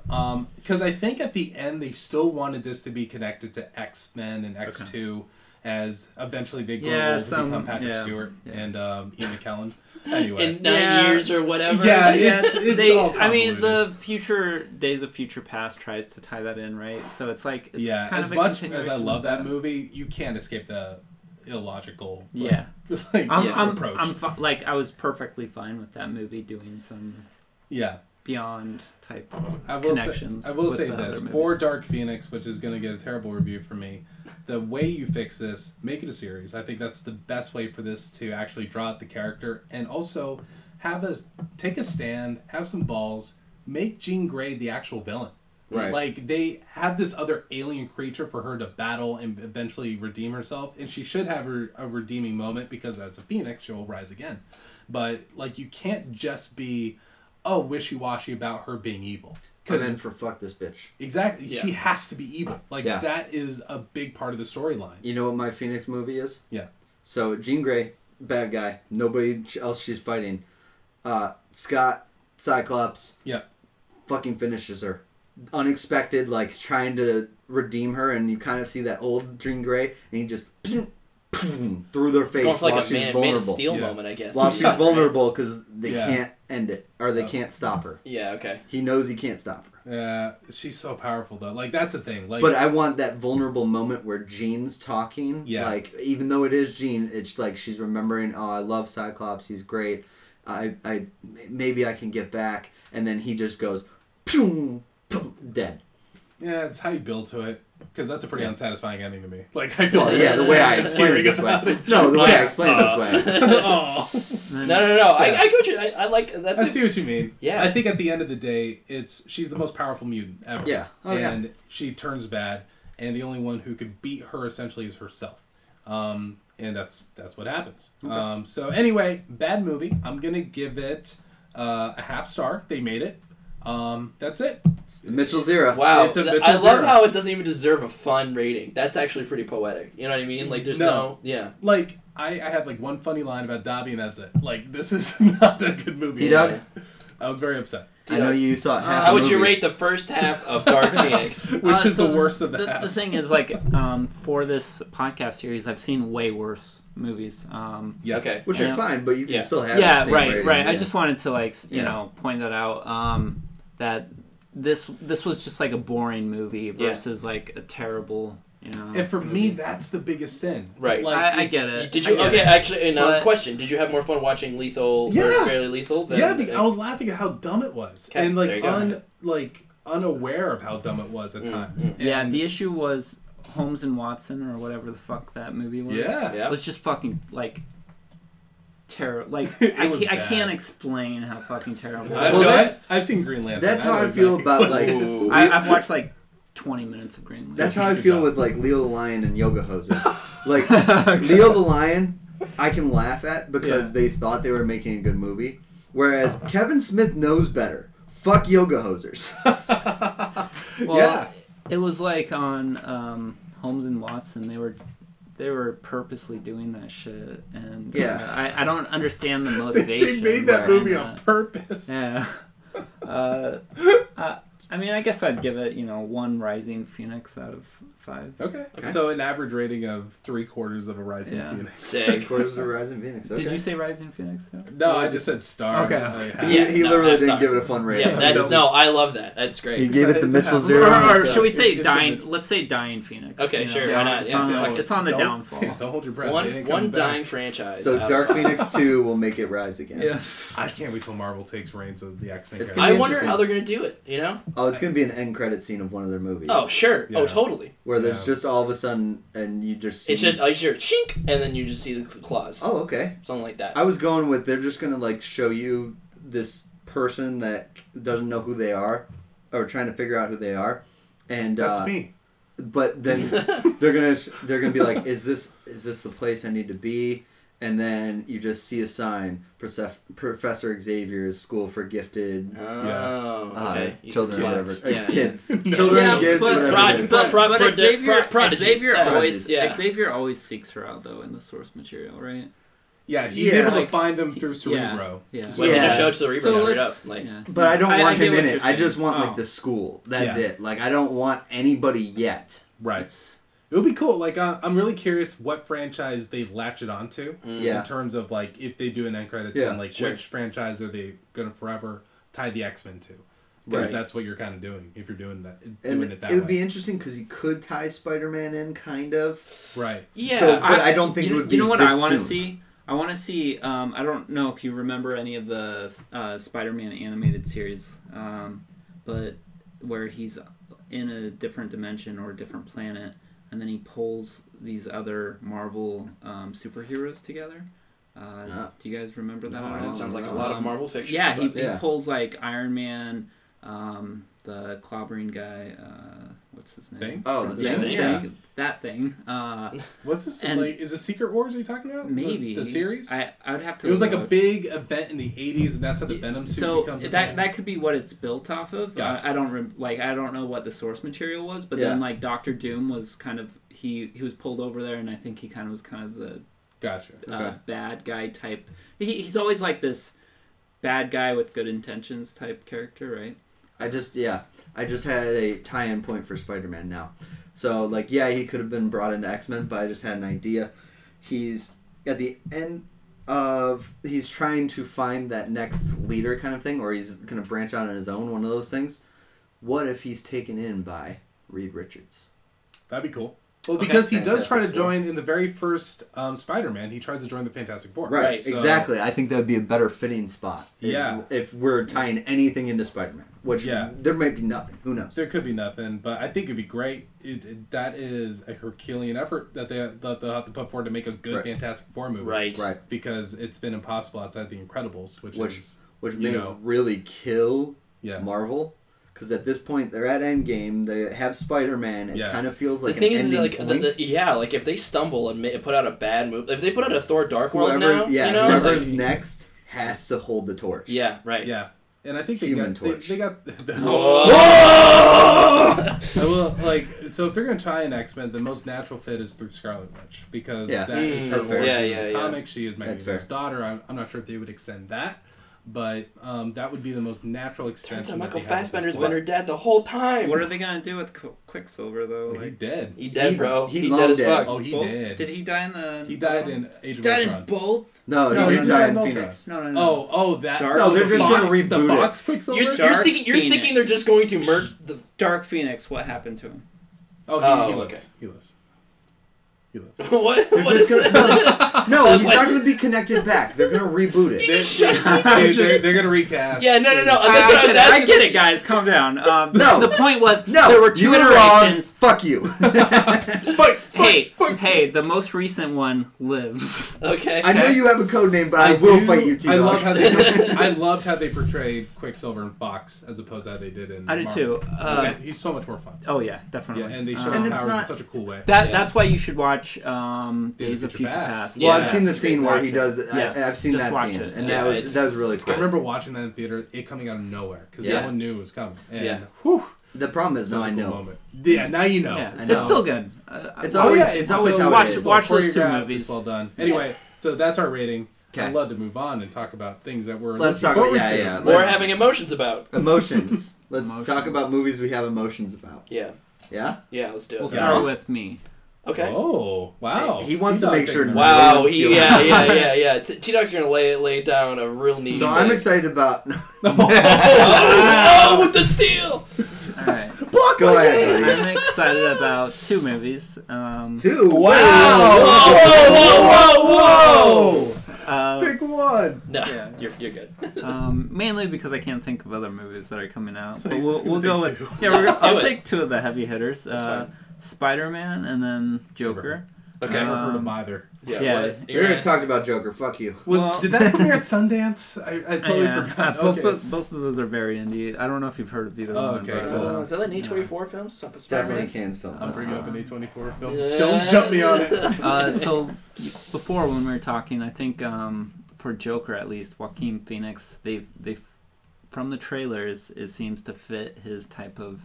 because I think at the end they still wanted this to be connected to X Men and X Two, as eventually they grow Yeah, old to some- become Patrick yeah, Stewart yeah. and um, Ian (laughs) McKellen. Anyway, In nine Yeah. years or whatever. Yeah, Yeah, it's- it's they, all I mean, convoluted. the future Days of Future Past tries to tie that in, right? So it's like it's yeah, kind as of a much as I continuation love of that movie, you can't escape the illogical. like- Yeah. (laughs) like, I'm, yeah, I'm, approach. I'm fi- like I was perfectly fine with that movie doing some yeah. beyond type I will connections Say, I will with say the this other for Dark Phoenix, which is going to get a terrible review from me. The way you fix this, make it a series. I think that's the best way for this to actually draw out the character and also have us take a stand, have some balls, make Jean Grey the actual villain. Right. Like they have this other alien creature for her to battle and eventually redeem herself, and she should have her, a redeeming moment because as a phoenix, she'll rise again. But like you can't just be, oh, wishy washy about her being evil. I'm 'Cause- in for fuck this bitch. Exactly. Yeah. She has to be evil. Like Yeah. that is a big part of the storyline. You know what my Phoenix movie is? Yeah. So Jean Grey, bad guy. Nobody else she's fighting. Uh, Scott, Cyclops, Yeah. fucking finishes her. Unexpected, like trying to redeem her, and you kind of see that old Jean Grey, and he just through their Going face for like while a she's man, man of vulnerable. steel Yeah. moment, I guess. while (laughs) she's Yeah. vulnerable, because they Yeah. can't end it or they Oh. can't stop her. Yeah. Okay. He knows he can't stop her. Uh, she's so powerful though. Like that's a thing. Like But uh, I want that vulnerable moment where Jean's talking. Yeah. Like even though it is Jean, it's like she's remembering. Oh, I love Cyclops. He's great. I, I, maybe I can get back. And then he just goes, "Pew, pew," dead. yeah, it's how you build to it. Because that's a pretty unsatisfying ending to me. (laughs) Like I feel Well, like yeah, the way I just explained it hearing this way. about (laughs) it. No, the way I Uh, explained it this way. Aw. No, no, no. I, I go. I, I like that's. (laughs) I a- see what you mean. Yeah. I think at the end of the day, it's she's the most powerful mutant ever. Yeah. Oh, yeah. and she turns bad, and the only one who could beat her essentially is herself. Um, and that's that's what happens. Um, so anyway, bad movie. I'm gonna give it uh, a half star. They made it. Um, that's it. (laughs) Mitchell Zero. Wow, It's a th- Mitchell I love Zero. how it doesn't even deserve a fun rating. That's actually pretty poetic. You know what I mean? Like, there's No. no, yeah. Like I, I have like one funny line about Dobby, and that's it. Like this is (laughs) not a good movie. T-Dog? I was very upset. I know you saw half. Uh, a How would you movie. rate the first half of Dark Phoenix? Which Uh, is so the worst of the, the, the halves. thing is like um, for this podcast series i've seen way worse movies um, Yeah. Okay. Which is Yeah. fine, but you can Yeah. still have. the yeah same right rating, right i yeah. just wanted to like s- you Yeah. know point that out um, that this this was just like a boring movie versus like a terrible you know And for me, that's the biggest sin. Right. Like, I, I get it Did Uh, I you get okay? it. Actually, and now But- question: Did you have more fun watching Lethal Yeah. or Fairly Lethal? Than, yeah, because I was laughing at how dumb it was, Okay, and there you like go. un like unaware of how dumb it was Mm-hmm. at times. yeah And- the issue was holmes and watson or whatever the fuck that movie was yeah, Yeah. was just fucking like terrible. Like It I, was can't, I bad. can't explain how fucking terrible. I, Well, no, that's- I, have seen Green Lantern. That's how know I feel exactly about what like. (laughs) it Ooh. we- I, I've watched like twenty minutes of Green That's Lantern. how I Good feel job. with like Leo the Lion and yoga hoses. Like (laughs) Leo the Lion, I can laugh at because Yeah. they thought they were making a good movie. Whereas Kevin Smith knows better. Fuck yoga hosers. Well, yeah. It was like on um, Holmes and Watson. They were they were purposely doing that shit, and uh, Yeah. I, I don't understand (laughs) the They motivation. made that right. movie on behind purpose. (laughs) that. Yeah. Uh, I, I mean, I guess I'd give it, you know, one Rising Phoenix out of five. Okay. Okay. So an average rating of three quarters of a rising Yeah. phoenix. Sick. Three quarters of Horizon Phoenix. Okay. Did you say Rising Phoenix? Yeah. (laughs) No, I just said star. Okay. I- He, Yeah, he no, literally that's didn't not- give it a fun rating. Yeah, that's no. I love that. That's He great. gave it It's the a- Mitchell it's a- zero. Or, and or it's a- should we say It's a dying? mid- Let's say dying Phoenix. Okay, sure, why not? It's, Yeah, on, the- fuck it. it's on the Don't- downfall. (laughs) Don't hold your breath. They One one ain't coming back. dying franchise. So out. Dark Phoenix two will make it rise again. yes. I can't wait till Marvel takes reigns of the X Men. It's I It'd be wonder interesting. how they're gonna do it. You know? Oh, it's gonna be an end credit scene of one of their movies. Oh sure. Yeah. Oh totally. where there's yeah. just all of a sudden, and you just see. It's just oh, you hear chink, and then you just see the claws, oh, okay. something like that. I was going with they're just gonna like show you this person that doesn't know who they are, or trying to figure out who they are, and That's uh, me. but (laughs) then they're gonna they're gonna be like, is this is this the place I need to be? And then you just see a sign, Persef- Professor Xavier's School for Gifted Oh, uh, okay. You Children, said or whatever. kids. Uh, Yeah. (laughs) Kids, children, Yeah, kids, but- whatever. but- it is. but- Pro- but pro- Xavier, pro- Xavier prodigies. always Yeah. Xavier always seeks her out though in the source material, right? Yeah, he's Yeah. able Like- to find them through yeah, Cerebro. yeah. Well, they just Yeah. showed Cerebro straight let's- up. Like, yeah. But I don't I- want I get him what in you're it. I just saying. want Oh. like the school. That's Yeah. it. Like I don't want anybody yet. Right. It would be cool. Like, uh, I'm really curious what franchise they latch it onto Mm. Yeah. in terms of like if they do an end credits Yeah, and like sure. which franchise are they gonna forever tie the X Men to? Because Right. that's what you're kind of doing if you're doing that, doing And it it, that would way. be interesting because you could tie Spider-Man in, kind of. right. yeah. So- But I don't think you, it know- would You know be what this I want to soon. see? I want to see. Um, I don't know if you remember any of the uh, Spider-Man animated series, um, but where he's in a different dimension or a different planet, and then he pulls these other Marvel um, superheroes together. Uh, Yeah. Do you guys remember that? No, I at don't all? That sounds like a Um, lot of Marvel fiction. Oh, Yeah, he, but- Yeah. he pulls like Iron Man, um, the clobbering guy. Uh, what's his name? Thing? Oh, the Yeah, thing. Thing. Yeah. that thing. Uh, What's this And- like? Is it Secret Wars? Are you talking about The- maybe the, series? I I would have to. it was like a look. big event in the '80s, and that's how the Venom suit So becomes. a that thing. that could be what it's built off of. Gotcha. I, I don't rem- like I don't know what the source material was, but Yeah. then like Doctor Doom was kind of he he was pulled over there, and I think he kind of was kind of the gotcha. uh, Okay. bad guy type. He, he's always like this bad guy with good intentions type character, right? I just yeah, I just had a tie-in point for Spider-Man now. So like yeah, he could have been brought into X-Men, but I just had an idea. He's at the end of he's trying to find that next leader kind of thing, or he's gonna branch out on his own. One of those things. What if he's taken in by Reed Richards? That'd be cool. Well, Okay. because he does Fantastic try to Four. join in the very first um, Spider-Man, he tries to join the Fantastic Four. Right, Right, so- exactly. I think that would be a better fitting spot. if- Yeah. If we're tying anything into Spider-Man, which Yeah. there might be nothing. Who knows? There could be nothing, but I think it'd be great. It, it- that is a Herculean effort that they that they'll have to put forward to make a good Right. Fantastic Four movie. Right. Right. Because it's been impossible outside the Incredibles, which, Which- is Which You may know. really kill yeah. Marvel because at this point they're at Endgame. They have Spider Man. It Yeah. kind of feels like the thing an is, is ending like, the, point. the- yeah, like if they stumble and ma- put out a bad move, if they put out a Thor Dark World whoever, now, yeah, you know, whoever's like- next has to hold the torch. yeah, right. yeah. And I think they Human got, they, Torch. they got (laughs) the, Whoa! I will like so if they're gonna try an X Men, the most natural fit is through Scarlet Witch because Yeah. that is Mm, her that's fair. origin Yeah, in yeah, the yeah. comic. She is That's Magneto's fair. daughter. I'm, I'm not sure if they would extend that, but um, that would be the most natural Turns extension. out that Michael they have at this Fassbender's point. been her dad the whole time. What are they gonna do with Qu- Quicksilver Well, though? Oh, He Like, did. He dead, He- bro. he He, long dead as dead. fuck. Oh, he both- did. Did he die in the? He died in Age He of died in Ultron. both. No, he No, he didn't die died in in Phoenix. No, no, no. Oh, oh, that. Dark- No, they're the just box- gonna reboot the box it. Quicksilver. You're, you're Dark thinking you're Phoenix. thinking they're just going to merge (laughs) the Dark Phoenix. What happened to him? oh, he, Oh, he okay. lives. He lives. He (laughs) (laughs) lives. what? They're What just gonna, is that? no, he's Like- not going to be connected back. They're going to reboot it. (laughs) They, Shut they, they're, they're gonna recast. Yeah, no, (laughs) no, no. It's- Uh, That's what I was get it. asking. I get it, guys. Calm down. (laughs) Um, No. The point was No, there were two you were wrong. iterations. Fuck (laughs) you. Hey, hey, the most recent one lives. (laughs) Okay. I know you have a code name, but (laughs) I, I will do- fight you, T. I love (laughs) how they. I loved how they portrayed Quicksilver and Fox as opposed to how they did in. I did Marvel. too. Uh, Okay, He's so much more fun. oh yeah, Yeah, definitely. and they Uh, show his And it's powers in not- such a cool way. that Yeah. that's why you should watch um, Days of Days of Future Future Past. Past. Well, I've Yeah, seen the you should scene where watch he it. does. Yes, I, I've seen just that watch scene, it. and Yeah, that was it's- that was really I cool. remember watching that in theater. It coming out of nowhere because Yeah. no one knew it was coming. And Yeah. whew, the problem is, such a now I cool know. moment. Yeah, now you know. Yeah, it's know. still good. Uh, I- It's Oh, I- always- it's always how it watch- is. watch those two choreographed, movies. It's well done. Anyway, so that's our rating. Okay. I'd love to move on and talk about things that we're Let's looking talk about- forward yeah, to. yeah, Or let's- having emotions about. (laughs) Emotions. Let's Emotions. talk about movies we have emotions about. Yeah. Yeah? Yeah, let's do it. We'll Yeah. start (laughs) with me. Okay. Oh wow! He wants to T-Dog make sure- taking (laughs) Wow. that. Wow. Let's do He, it. (laughs) yeah, yeah, yeah, yeah. T Dog's gonna lay lay down a real knee. So I'm excited about. (laughs) Oh, oh, with the steel. All right. Go ahead. Reese. I'm excited about two movies. Um, Two. Wow. Whoa, whoa, whoa, whoa. uh, Pick one. No, Yeah. you're you're good. um, mainly because I can't think of other movies that are coming out. So but he's we'll, just we'll go gonna with take yeah. (laughs) We're, gonna- I'll Do it. take two of the heavy hitters: uh, Spider Man and then Joker. Okay. I never heard of 'em Um, either. yeah. yeah. what? We You're already right. talked about Joker. Fuck you. Was, Well- did (laughs) that premiere at Sundance? I, I totally Yeah, forgot. uh, both, okay. of- both of those are very indie. I don't know if you've heard of either Oh, one. okay, but, cool. Oh, uh, is that an A24 film? Something It's definitely Spider-Man? a Cannes film. I'll festival. bring up an Uh, A24 film. Yeah. Don't jump me on it. (laughs) uh, so before when we were talking, I think um, for Joker at least, Joaquin Phoenix, they've they from the trailers, it seems to fit his type of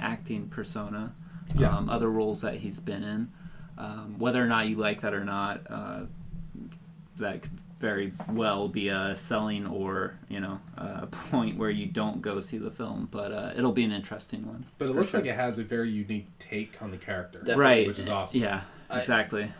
acting persona. Yeah. Um, other roles that he's been in, um, whether or not you like that or not, uh, that could very well be a selling or you know a (laughs) point where you don't go see the film, but uh, it'll be an interesting one. But it For looks sure. like it has a very unique take on the character, Definitely. right. which is awesome. Yeah. I- Exactly.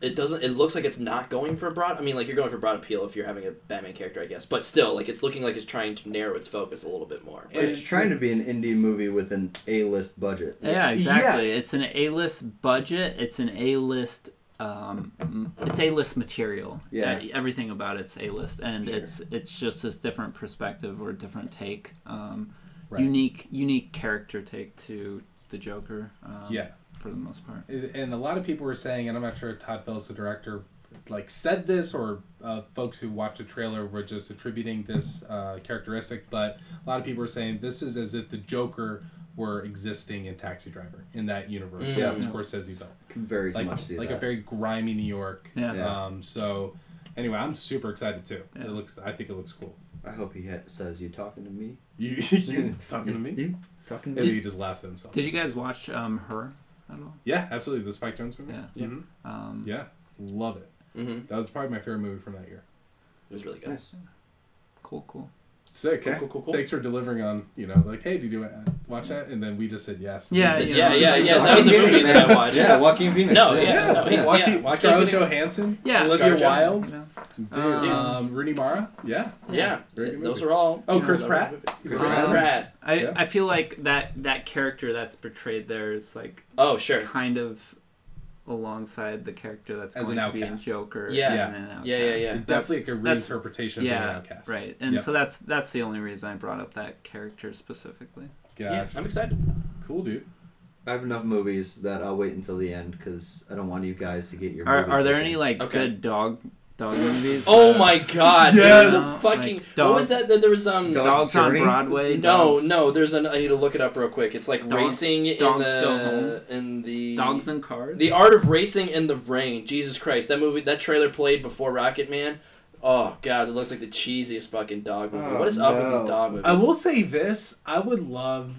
It doesn't. It looks like it's not going for broad. I mean, like you're going for broad appeal if you're having a Batman character, I guess. But still, like it's looking like it's trying to narrow its focus a little bit more. And It's trying to be an indie movie with an A-list budget. Yeah, Yeah. exactly. It's an A-list budget. It's an A-list. Um, m- it's A-list material. Yeah. E- everything about it's A-list, and Sure. it's it's just this different perspective or different take. Um, Right. Unique, unique character take to the Joker. Um, Yeah. For the most part. And a lot of people were saying, and I'm not sure if Todd Phillips, the director, like said this, or uh, folks who watched the trailer were just attributing this uh, characteristic. But a lot of people were saying this is as if the Joker were existing in Taxi Driver in that universe, Mm. Yeah. which Scorsese built, Can very like much see like that. a very grimy New York. Yeah. Yeah. Um, so anyway, I'm super excited too. Yeah. It looks, I think it looks (laughs) cool. I hope he ha- says you talking to me. You, you talking to me? You talking to Maybe me? he just laughs at himself. Did you guys watch um, her at all? Yeah, absolutely. The Spike Jones movie. Yeah. Mhm. Um, yeah, love it. hmm It That was probably my favorite movie from that year. was really good. Nice. Cool. Cool. Sick. Okay. Cool, cool, cool. Thanks for delivering on, you know, like, hey, did you uh, watch that? And then we just said yes. Yeah, Just- you yeah, know, yeah, just- yeah. That was a Joaquin movie Phoenix, that I man. (laughs) watched. Yeah, Joaquin Phoenix. No, yeah. Yeah, no, he's- Joaquin, yeah, Joaquin Scarlett Johansson, Yeah. Olivia Scarjo. Wild, You know? dude, Dude. um, Rooney Mara, yeah, Yeah, Very good th- those movie. are all. Oh, you know, Chris that Pratt? movie- Chris Chris Pratt. Pratt. I, Yeah. I feel like that that character that's portrayed there is like Oh, sure. kind of alongside the character that's As going an to be in outcast. Joker. Yeah. and an outcast. Yeah, yeah, yeah. It's definitely like a that's- reinterpretation of Yeah, the outcast. right. And Yeah. so that's that's the only reason I brought up that character specifically. Yeah, Gotcha. I'm excited. Cool, dude. I have enough movies that I'll wait until the end because I don't want you guys to get your. Are, movie are there taken. any like Okay. good dog dog movies? Oh Uh, my God! Yes! Oh There was a Like, fucking. dog- what was that? There was um. Dog- Dogs on Journey? Broadway. No, dogs, no. There's an. I need to look it up real quick. It's like Dogs- racing in Dogs Go the Home. in the Dogs and cars. The Art of Racing in the Rain. Jesus Christ, that movie, that trailer played before Rocket Man. Oh God, it looks like the cheesiest fucking dog movie. Oh, what is up with no. these dog movies? I will say this: I would love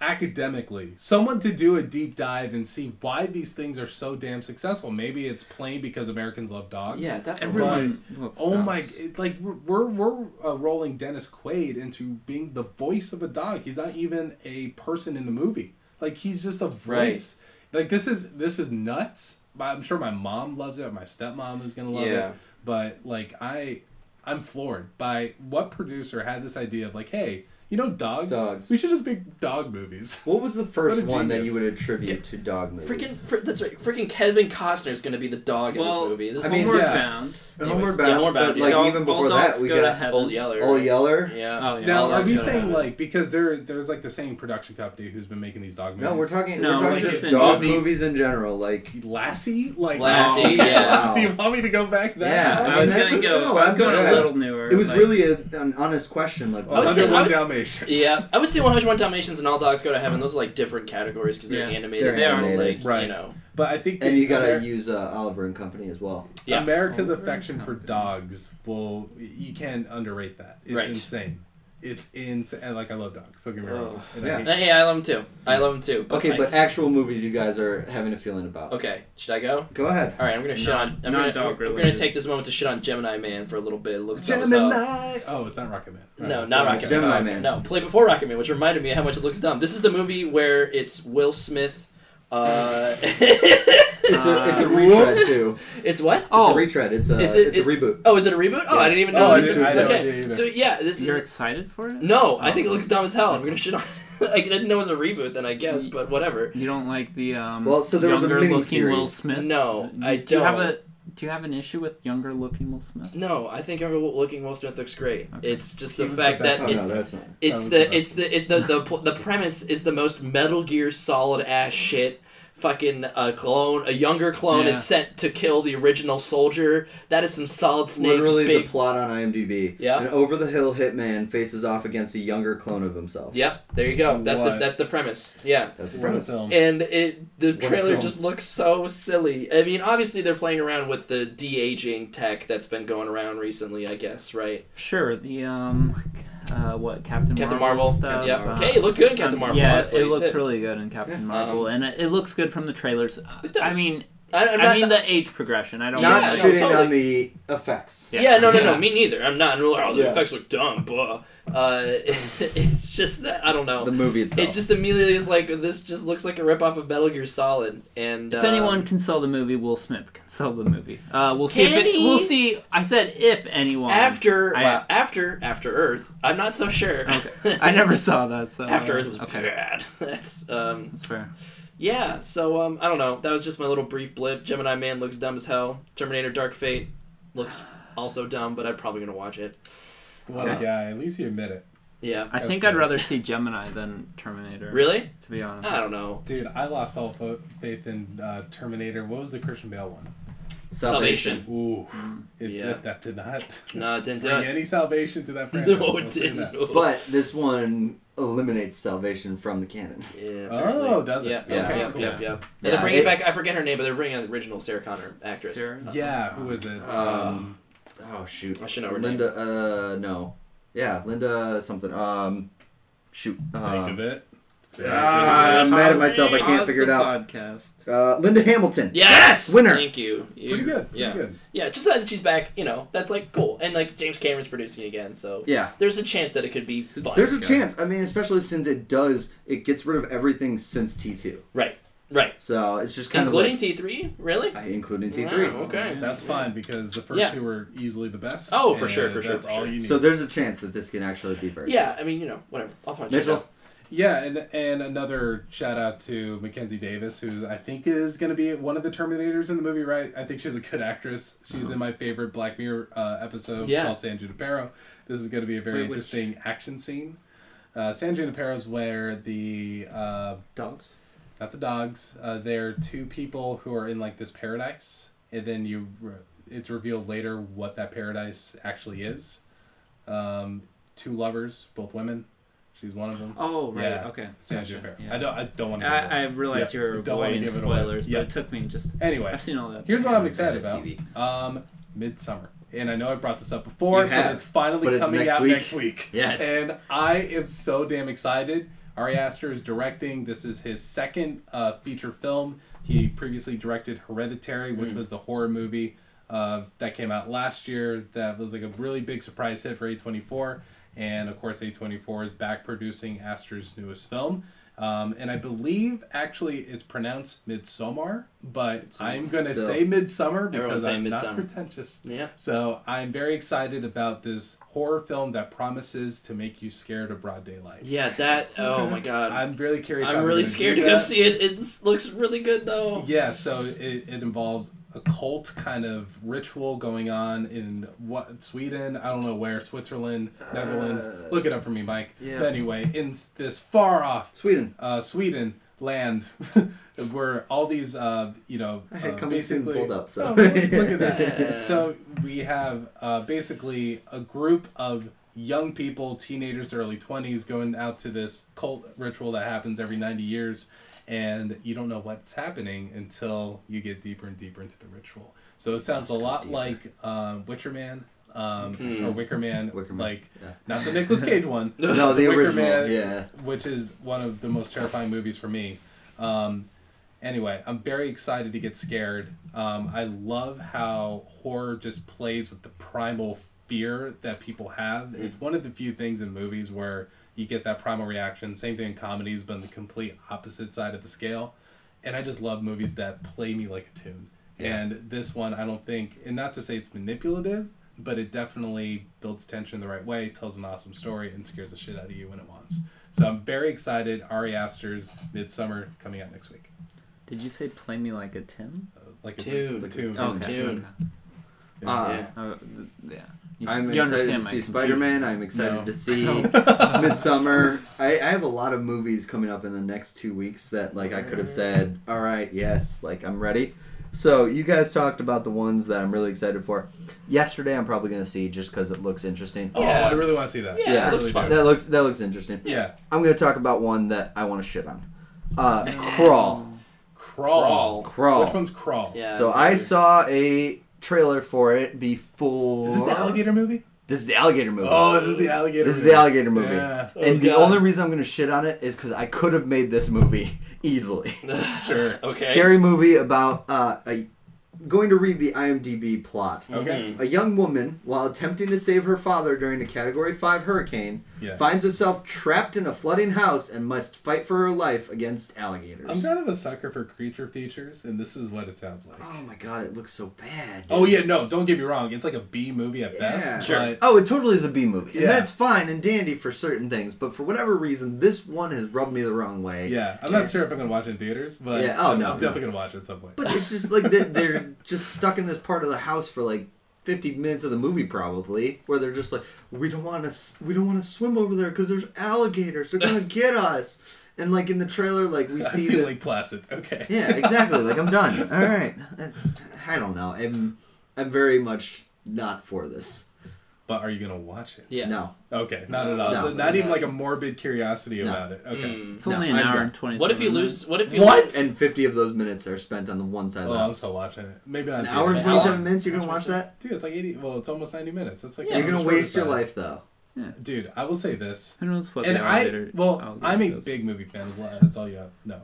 academically someone to do a deep dive and see why these things are so damn successful. Maybe it's plain because Americans love dogs. yeah, definitely. Everyone. loves Oh my! dogs. it- Like we're we're uh, rolling Dennis Quaid into being the voice of a dog. He's not even a person in the movie. Like he's just a Right. voice. Like this is this is nuts. My- I'm sure my mom loves it. My stepmom is gonna love Yeah. it. But like I, I'm floored by what producer had this idea of like, hey, you know, dogs. Dogs. We should just make dog movies. What was the first What a one that you genius. would attribute to dog movies? Freaking, fr- that's right. Freaking Kevin Costner is gonna be the dog in Well, this movie. This I is mean, Homeward yeah. Bound. And Anyways, Homeward yeah, Bound, Homeward Bound, but yeah. like Dog- even all before dogs that, we go to got heaven. Old Yeller. Old Yeller. Yeah. Oh, yeah. Now, All are dogs we go to saying heaven. like because there there's like the same production company who's been making these dog movies? No, we're talking. No, we're talking like just just in dog movie- movies in general. Like, Lassie, like Lassie, (laughs) yeah. Do you want me to go back that? Yeah, high? I I, mean, was that's- gonna go. no, I I'm was going gonna- a little newer. it was like- really a, an honest question. Like, I would say- 101 I would- Dalmatians. Yeah, I would say 101 Dalmatians and All Dogs Go to Heaven. Those are like different categories because they're Yeah. animated. They're so, animated. like, You Right. know. But I think and the you gotta Amer- use uh, Oliver and Company as well. Yeah. Oh, America's Over and affection for over. dogs will you can't underrate that. It's Right. insane. It's insane. And, Like I love dogs. Don't get me wrong. Oh. And I Yeah. hate- Hey, I love him too. I love him too. But Okay, I- but actual movies you guys are having a feeling about. okay, should I go? Go ahead. All right, I'm gonna shit Not- on. I'm not gonna, dog I'm gonna related. take this moment to shit on Gemini Man for a little bit. It looks dumb as hell. Gemini. Oh, it's not Rocket Man. No, not It's Rocket Man. Gemini Man. No, play before Rocket Man, which reminded me how much it looks dumb. This is the movie where it's Will Smith. Uh, (laughs) It's a it's a Uh, retread whoops. too. it's what? It's a Oh, retread. It's a Is it- it's a it- reboot. Oh, is it a reboot? Oh, I Yes. didn't even Oh, know. I It's- didn't- I didn't okay. see it either. So yeah, this you're is. excited for it? No, I Oh. think it looks dumb as hell. I'm gonna shit on. (laughs) I didn't know it was a reboot. Then I Mm. guess, but whatever. You don't like the um, Well, so there was a younger looking mini-series. Will Smith? No, Do- I Do you have don't. a do you have an issue with younger looking Will Smith? No, I think younger looking Will Smith looks great. It's just He the was the fact best that Oh one. it's no, that's not. It's That was the the it's the it, the (laughs) the pl- the premise is the most Metal Gear Solid ass shit. Fucking a clone, a younger clone Yeah. is sent to kill the original soldier. That is some solid snake. Literally bait. the plot on IMDb. Yeah. An over the hill hitman faces off against a younger clone of himself. Yep, there you go. That's the What? that's the premise. Yeah, That's the What a premise. film. and it the Hmm. What a trailer film. just looks so silly. I mean, obviously they're playing around with the de aging tech that's been going around recently. I guess right. Sure, the um, uh, what Captain, Captain Marvel, Marvel. stuff. yeah. uh, Okay, it looked good in Captain um, Marvel. Yeah, honestly. it looks did. really good in Captain Yeah. Marvel, and it, it looks good from the trailers. It does. I mean, I, I'm I not- mean the age progression. I don't. Not Yeah, no, shitting totally. on the effects. Yeah. Yeah, no, no, no, Yeah. me neither. I'm not. Oh, the Yeah. effects look dumb, blah. Uh, (laughs) it's just that I don't know. The movie itself. It just immediately is like this. Just looks like a ripoff of Metal Gear Solid. And If uh, anyone can sell the movie, Will Smith can sell the movie. Uh, we'll see. Can If it, he? we'll see. I said if anyone. after I- wow, after After Earth, I'm not so sure. Okay. I (laughs) never saw that. So After uh, Earth was okay. bad. (laughs) That's um That's fair. yeah. So um I don't know. That was just my little brief blip. Gemini Man looks dumb as hell. Terminator Dark Fate looks also dumb, but I'm probably gonna watch it. What a Okay. guy. At least he admit it. Yeah. I That's think I'd good. rather see Gemini than Terminator. Really? To be honest. I don't know. Dude, I lost all fo- faith in uh, Terminator. What was the Christian Bale one? Salvation. Ooh, it, Mm, Yeah. that, that did not (laughs) No, it didn't do bring it. any salvation to that franchise. (laughs) No, I'll it say didn't. that. But this one eliminates salvation from the canon. Yeah. Oh, does it? Yeah, Yeah. okay, Okay, yep, cool. yep, yep. Yeah, they're bringing it- back, I forget her name, but they're bringing the original Sarah Connor actress. Uh, Sarah? Yeah, who is it? Um, oh shoot. I should know her Linda. Uh, no. Yeah, Linda something. Um, shoot. Think Uh, of it. ah, I'm mad at myself. I can't Pause figure it the out. Podcast. Uh, Linda Hamilton. Yes! winner. Thank you. you pretty good. Pretty yeah. good. Yeah, just that she's back, you know, that's like cool. And like James Cameron's producing again, so Yeah. there's a chance that it could be fun. There's a Yeah. chance. I mean, especially since it does, it gets rid of everything since T2. right, right. So it's just kind Including of T3? Really? like, I- including Wow, T3. okay. That's fine because the first Yeah. two were easily the best. Oh, for and sure, for sure, That's for all sure. you need. So there's a chance that this can actually be very Yeah, I mean, you know, whatever. I'll probably check it Mitchell? out. Yeah, and and another shout out to Mackenzie Davis, who I think is going to be one of the Terminators in the movie, right? I think she's a good actress. She's in my favorite Black Mirror uh, episode Yeah. called San Junipero. This is going to be a very Wait, which- interesting action scene. Uh, San Junipero is where the uh, Dogs. not the dogs. Uh, they're two people who are in like this paradise, and then you re- it's revealed later what that paradise actually is. Um, two lovers, both women. She's one of them. Oh right. Yeah. Okay. San Gotcha. Junipero. Yeah. I don't. I don't want to. I, I realize Yeah, you're don't wanna avoiding give it away. spoilers, Yeah. but it took me just. Anyway, I've seen all that. here's what I'm Yeah, excited bad about. TV. Um, Midsummer, and I know I brought this up before, You but have, it's finally but it's coming next out week. next week. Yes. and I am so damn excited. Ari Aster is directing. This is his second uh, feature film. He previously directed Hereditary, which Hmm. was the horror movie uh, that came out last year. That was like a really big surprise hit for A24. And of course, A24 is back producing Aster's newest film. Um, and I believe actually it's pronounced Midsommar, but I'm going to still- say Midsummer because Everyone's saying I'm not Midsommar. pretentious. Yeah. So I'm very excited about this horror film that promises to make you scared of broad daylight. Yeah, (laughs) that, oh my god. I'm, I'm really curious. how they're really gonna do scared to go that. see it. It looks really good, though. Yeah, so it, it involves a cult kind of ritual going on in what Sweden, I don't know where, Switzerland, Netherlands. Look it up for me, Mike. yeah. But anyway, in s- this far off Sweden. uh, Sweden land (laughs) where all these uh, you (laughs) know I had uh, coming soon basically pulled up, so. Oh, (laughs) look, look at Yeah. (laughs) that so we have uh, basically a group of young people teenagers early 20s going out to this cult ritual that happens every 90 years and you don't know what's happening until you get deeper and deeper into the ritual so it sounds a Let's go lot deeper. Hmm. like uh, Witcher Man um, or Wicker Man, Wicker Man, like yeah. not the Nicolas (laughs) Cage one. No, the Wicker original, Man, yeah. which is one of the most terrifying movies for me. Um, anyway, I'm very excited to get scared. Um, I love how horror just plays with the primal fear that people have. Mm-hmm. It's one of the few things in movies where you get that primal reaction. Same thing in comedies, but on the complete opposite side of the scale. And I just love movies that play me like a tune. And this one, I don't think, and not to say it's manipulative, but it definitely builds tension the right way, tells an awesome story, and scares the shit out of you when it wants. So I'm very excited. Ari Aster's Midsummer coming out next week. Did you say play me like a Tim? Like Tune. a tune. Oh, Okay. Tune. Uh, yeah. Uh, th- yeah. You, I'm you excited to understand my see confusion. Spider Man. I'm excited No. to see (laughs) Midsummer. I, I have a lot of movies coming up in the next two weeks that like I could have said, all right, yes, like I'm ready. So you guys talked about the ones that I'm really excited for. Yesterday, I'm probably gonna see just because it looks interesting. Oh, Yeah. I really want to see that. Yeah, Yeah, it looks fun. that looks that looks interesting. Yeah. I'm gonna talk about one that I want to shit on. Uh, Crawl. Crawl. Crawl. Crawl. Which one's Crawl? Yeah. So I saw a trailer for it before. Is this the alligator movie? This is the alligator movie. Oh, this is the alligator This is movie. the alligator movie. Yeah. Oh, and the God. only reason I'm going to shit on it is because I could have made this movie (laughs) easily. (sighs) Sure. Okay. Scary movie about uh, a, going to read the IMDb plot. Mm-hmm. Okay. A young woman, while attempting to save her father during a Category 5 hurricane, Yeah. finds herself trapped in a flooding house and must fight for her life against I'm alligators. kind of a sucker for creature features, and this is what it sounds like. oh my god, it looks so bad. Oh yeah, no, don't get me wrong. It's like a B movie at Yeah. best. Sure. but- Oh, it totally is a B movie. Yeah. And that's fine and dandy for certain things, but for whatever reason, this one has rubbed me the wrong way. yeah, I'm Yeah. not sure if I'm gonna watch it in theaters, but Yeah, oh, I'm no, definitely gonna watch it at some point. But it's just like they're, they're just stuck in this part of the house for like 50 minutes of the movie, probably, where they're just like, we don't want to, we don't want to swim over there because there's alligators. They're gonna get us. And like in the trailer, like we (laughs) I've see seen that. Lake Placid. Okay. yeah, exactly. Like I'm done. All right. I don't know. I'm, I'm very much not for this. But are you gonna watch it? Yeah. No. Okay, not at all. No. so not even like a morbid curiosity No. Mm. about it. Okay. It's No, only an I'm hour done. and twenty. What if you lose? What if you What? Lose? And 50 of those minutes are spent on the one side of Oh, the I'm house. still watching it. Maybe not. An in hour and theaters. How long? 27 minutes. You're gonna watch that? Dude, it's like 80. Well, it's almost 90 minutes. That's like Yeah. on You're the gonna shorter waste your side. life though. dude. I will say this, Who knows what and the I elevator- well, elevator I'm a goes. big movie fan. That's all- That's all you know.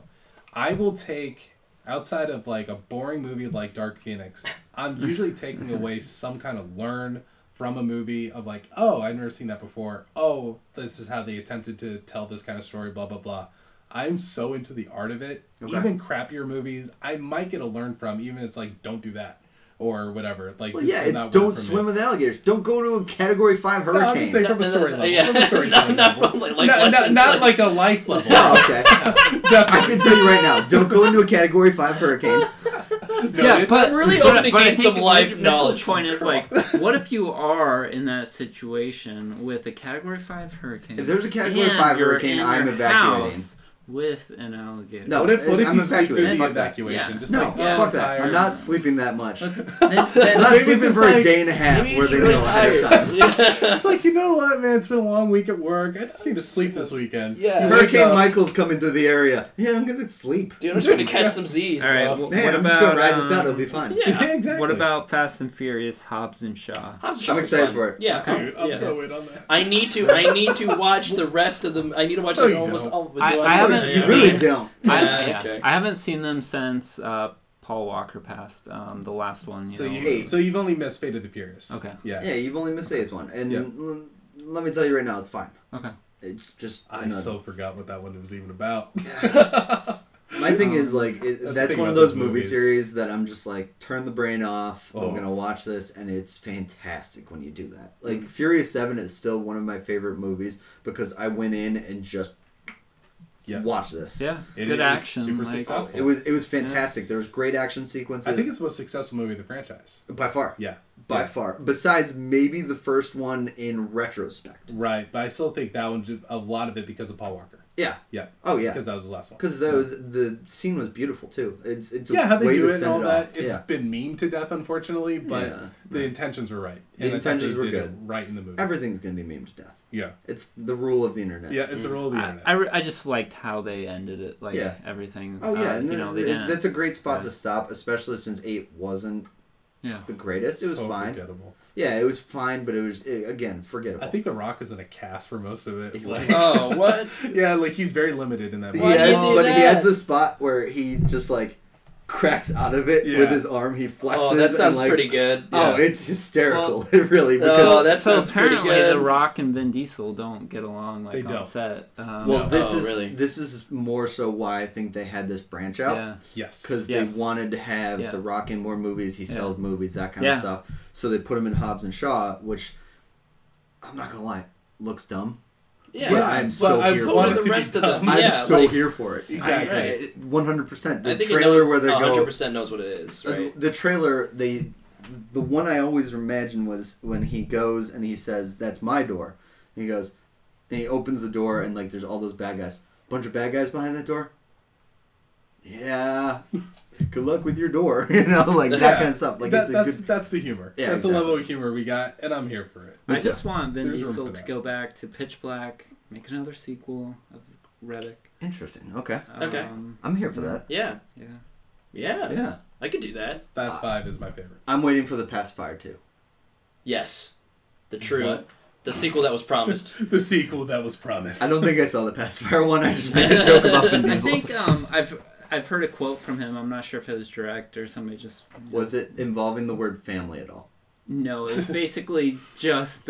I will take outside of like a boring movie like Dark Phoenix. I'm usually taking away some kind of learn from a movie of like, oh, I've never seen that before. Oh, this is how they attempted to tell this kind of story. Blah blah blah. I'm so into the art of it. Okay. Even crappier movies, I might get a learn from. Even if it's like, don't do that or whatever. Like, Well, this yeah, did not it's work don't for me. swim with alligators. Don't go to a Category Five No, hurricane. I'm just saying from a No, no, story no, level. yeah. From a story No, not level. from, like, like, No, no, lessons, not like- like a life level. Oh, okay. I Definitely. can tell you right now, don't go into a Category Five hurricane. No, yeah, it- but I'm really but, hoping to but I gain think some life Mitchell's knowledge point from is like, what if you are in that situation with a Category Five hurricane? If there's a Category and 5 you're hurricane, in I'm your evacuating. house with an alligator. No, what if, what if I'm you sleep through evacuating. the Fuck that. evacuation? Yeah. Just No, like, yeah, fuck oh, that. tired. I'm not sleeping that much. I'm Then- (laughs) then- not Maybe sleeping it's for a like- day and a half Maybe where they you're go ahead of time. (laughs) (laughs) tired. Yeah. It's like, you know what, man? It's been a long week at work. I just need to sleep this weekend. Yeah. You wake Hurricane (laughs) up- Michael's coming through the area. Yeah, I'm gonna sleep. Dude, I'm just gonna catch some Z's. all right. bro. wh- Man, what I'm about just gonna ride this out. um, It'll be fine. Yeah. Yeah, exactly. What about Fast and Furious, Hobbs (laughs) and Shaw? I'm, I'm excited for it. Yeah, Dude, I'm yeah. so in on that. I need to. I need to watch the rest of them. I need to watch No, like you almost don't. all. do I- I haven't You Yeah. (laughs) really don't. I, Yeah, yeah, okay. I haven't seen them since uh, Paul Walker passed um, the last one. You So, know. you, Eight. so you've only missed Fate of the Purist. Okay. Yeah. Yeah, you've only missed the eighth one, and Yeah. l- let me tell you right now, it's fine. Okay. It's just I another- so forgot what that one was even about. (laughs) My thing is like it, Um, the that's, thing one of about those those movie movies. series that I'm just like turn the brain off. Oh. Mm. I'm gonna watch this, and it's fantastic when you do that. Like Furious Seven is still one of my favorite movies because I went in and just Yeah. watched this. Yeah. It- good it- action. super like- successful. it was it was fantastic. There was great action sequences. I think it's the most successful movie of the franchise. by far, Yeah. by Yeah. far. Besides maybe the first one in retrospect. Right, but I still think that one did a lot of it because of Paul Walker. Yeah. Yeah, Oh yeah. because that was his last one. Because that was the scene was beautiful too. It's it's a yeah, how they way do to it and send all it off. that. It's yeah. been memed to death, unfortunately, but Yeah. the intentions were right. The I thought intentions they were did it good. Right in the movie. Everything's gonna be memed to death. yeah, It's the rule of the internet. yeah, it's the role of the I, internet. I, re- I just liked how they ended it, like Yeah. everything. Oh yeah, uh, and you then know they it- didn't. that's a great spot yeah. to stop, especially since eight wasn't Yeah. the greatest. It was so fine. forgettable. Yeah, it was fine, but it was eh, again forgettable. I think The Rock is in a cast for most of it. Like, uh, Oh, what? yeah, like he's very limited in that. Why yeah, do you do but he that? has the spot where he just like cracks out of it Yeah. with his arm. He flexes. Oh, that sounds and, like, pretty good. Oh, Yeah. it's hysterical. it (laughs) really. Because, Oh, that so sounds pretty apparently, good. The Rock and Vin Diesel don't get along like They on don't. set. Um, well, no. this Oh, is really? this is more so why I think they had this branch out. yeah, Yes. because Yes. they wanted to have Yeah. The Rock in more movies. He sells movies, that kind of Yeah. stuff. So they put him in Hobbs and Shaw, which I'm not gonna lie, looks dumb. Yeah. But I'm so I here What for wanted it. were to the be rest of done. them? I'm yeah, so like, here for it. Exactly. One hundred percent. I The think trailer where they go. 100% knows what it is, uh, right? The trailer they. The one I always imagine was when he goes and he says, "That's my door." And he goes, and he opens the door and like there's all those bad guys, bunch of bad guys behind that door. Yeah, good luck with your door. (laughs) you know, like that Yeah. kind of stuff. Like That- it's a that's good. that's the humor. Yeah, that's exactly. a level of humor we got, and I'm here for it. Me I too. just want Vin There's room Diesel for to that. go back to Pitch Black, make another sequel of Reddick. Interesting. Okay, Okay. Um, I'm here for that. Yeah. yeah. Yeah. Yeah, I could do that. Fast Five is my favorite. I'm waiting for the pacifier too. Yes. The true. What? The sequel that was promised. The sequel that was promised. I don't think I saw the pacifier one. I just made a joke about Vin (laughs) I Diesel. think um, I've I've heard a quote from him. I'm not sure if it was direct or somebody just Was it involving the word family at all? No, it was basically just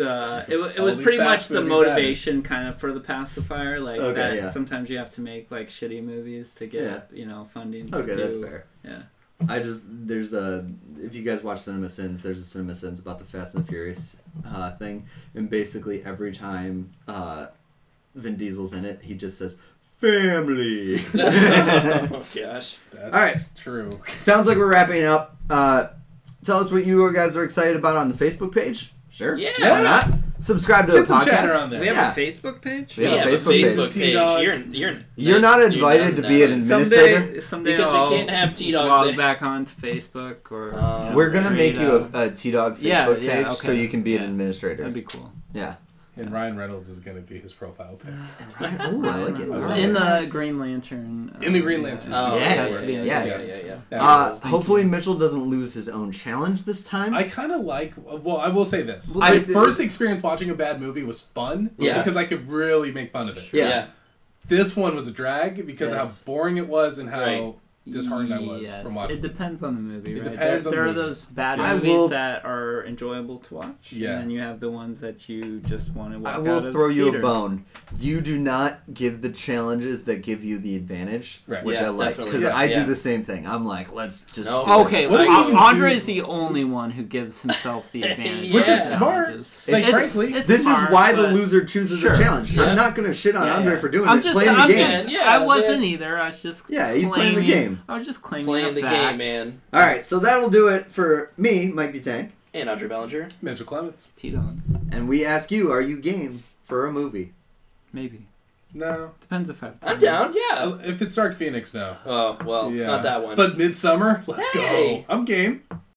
(laughs) uh, it, wa- it All was these pretty much fast the movies have it. motivation kind of for the pacifier. Like Okay, that yeah. sometimes you have to make like shitty movies to get Yeah. you know funding. to Okay, that's do- fair. Yeah. I just there's a if you guys watch Cinema Sins, there's a Cinema Sins about the Fast and the Furious uh, thing, and basically every time uh, Vin Diesel's in it, he just says (laughs) family. oh, gosh. That's All right. true. Sounds like we're wrapping it up. Uh, tell us what you guys are excited about on the Facebook page. Sure, Yeah. why not? Subscribe to Get the some chatter podcast. on there. We have Yeah. a Facebook page. We have a yeah, but Facebook page. Facebook page. T-Dog. You're, you're, You're not you're invited to be invited. an administrator. Someday, someday Because we I'll can't have T-Dog log there. back on to Facebook or. Uh, you We're gonna create make you a, a T Dog Facebook Yeah, page yeah, so okay. you can be an Yeah. administrator. That'd be cool. yeah. And Ryan Reynolds is going to be his profile pic. Right. Ooh, I like it. Uh, Wow. Alright. In the Green Lantern. uh, In the Green Lantern. Oh, Yes, yeah, yes. Yeah, yeah, yeah. That Uh, is- hopefully Mitchell doesn't lose his own challenge this time. I kind of like. Well, I will say this. Well, My this- first experience watching a bad movie was fun Yes. because I could really make fun of it. Yeah. This one was a drag Yes. because of how boring it was and how Right. disheartened I was Yes. from watching. It depends on the movie, It right? depends there on there the are movie. those bad I movies will- that are enjoyable to watch, Yeah. and then you have the ones that you just want to walk I out will of throw the you theater. a bone. You do not give the challenges that give you the advantage, Right. which Yeah, I like definitely. because Yeah, I yeah. do the same thing. I'm like, let's just No. do it. Oh, Okay, What do we well, even Andre do? is the only one who gives (laughs) himself the advantage, Which of is smart. challenges. Like, It's- frankly, it's This smart, is why the but- loser chooses Sure. the challenge. Yeah. I'm not going to shit on Yeah, Andre yeah. for doing I'm it. just, playing I'm the game. just, Yeah, I wasn't yeah. either. I was just Yeah, he's playing the claiming- game. I was just claiming Playing a the fact. game, man. All right, so that'll do it for me, Mike Butank. And Andre Bellinger. Mitchell Clements. T dog, And we ask you, are you game for a movie? maybe No. depends if I have time. I'm down, yeah. If it's Dark Phoenix, no. Oh, well, Yeah. not that one. But Midsummer, let's Hey! go. I'm game.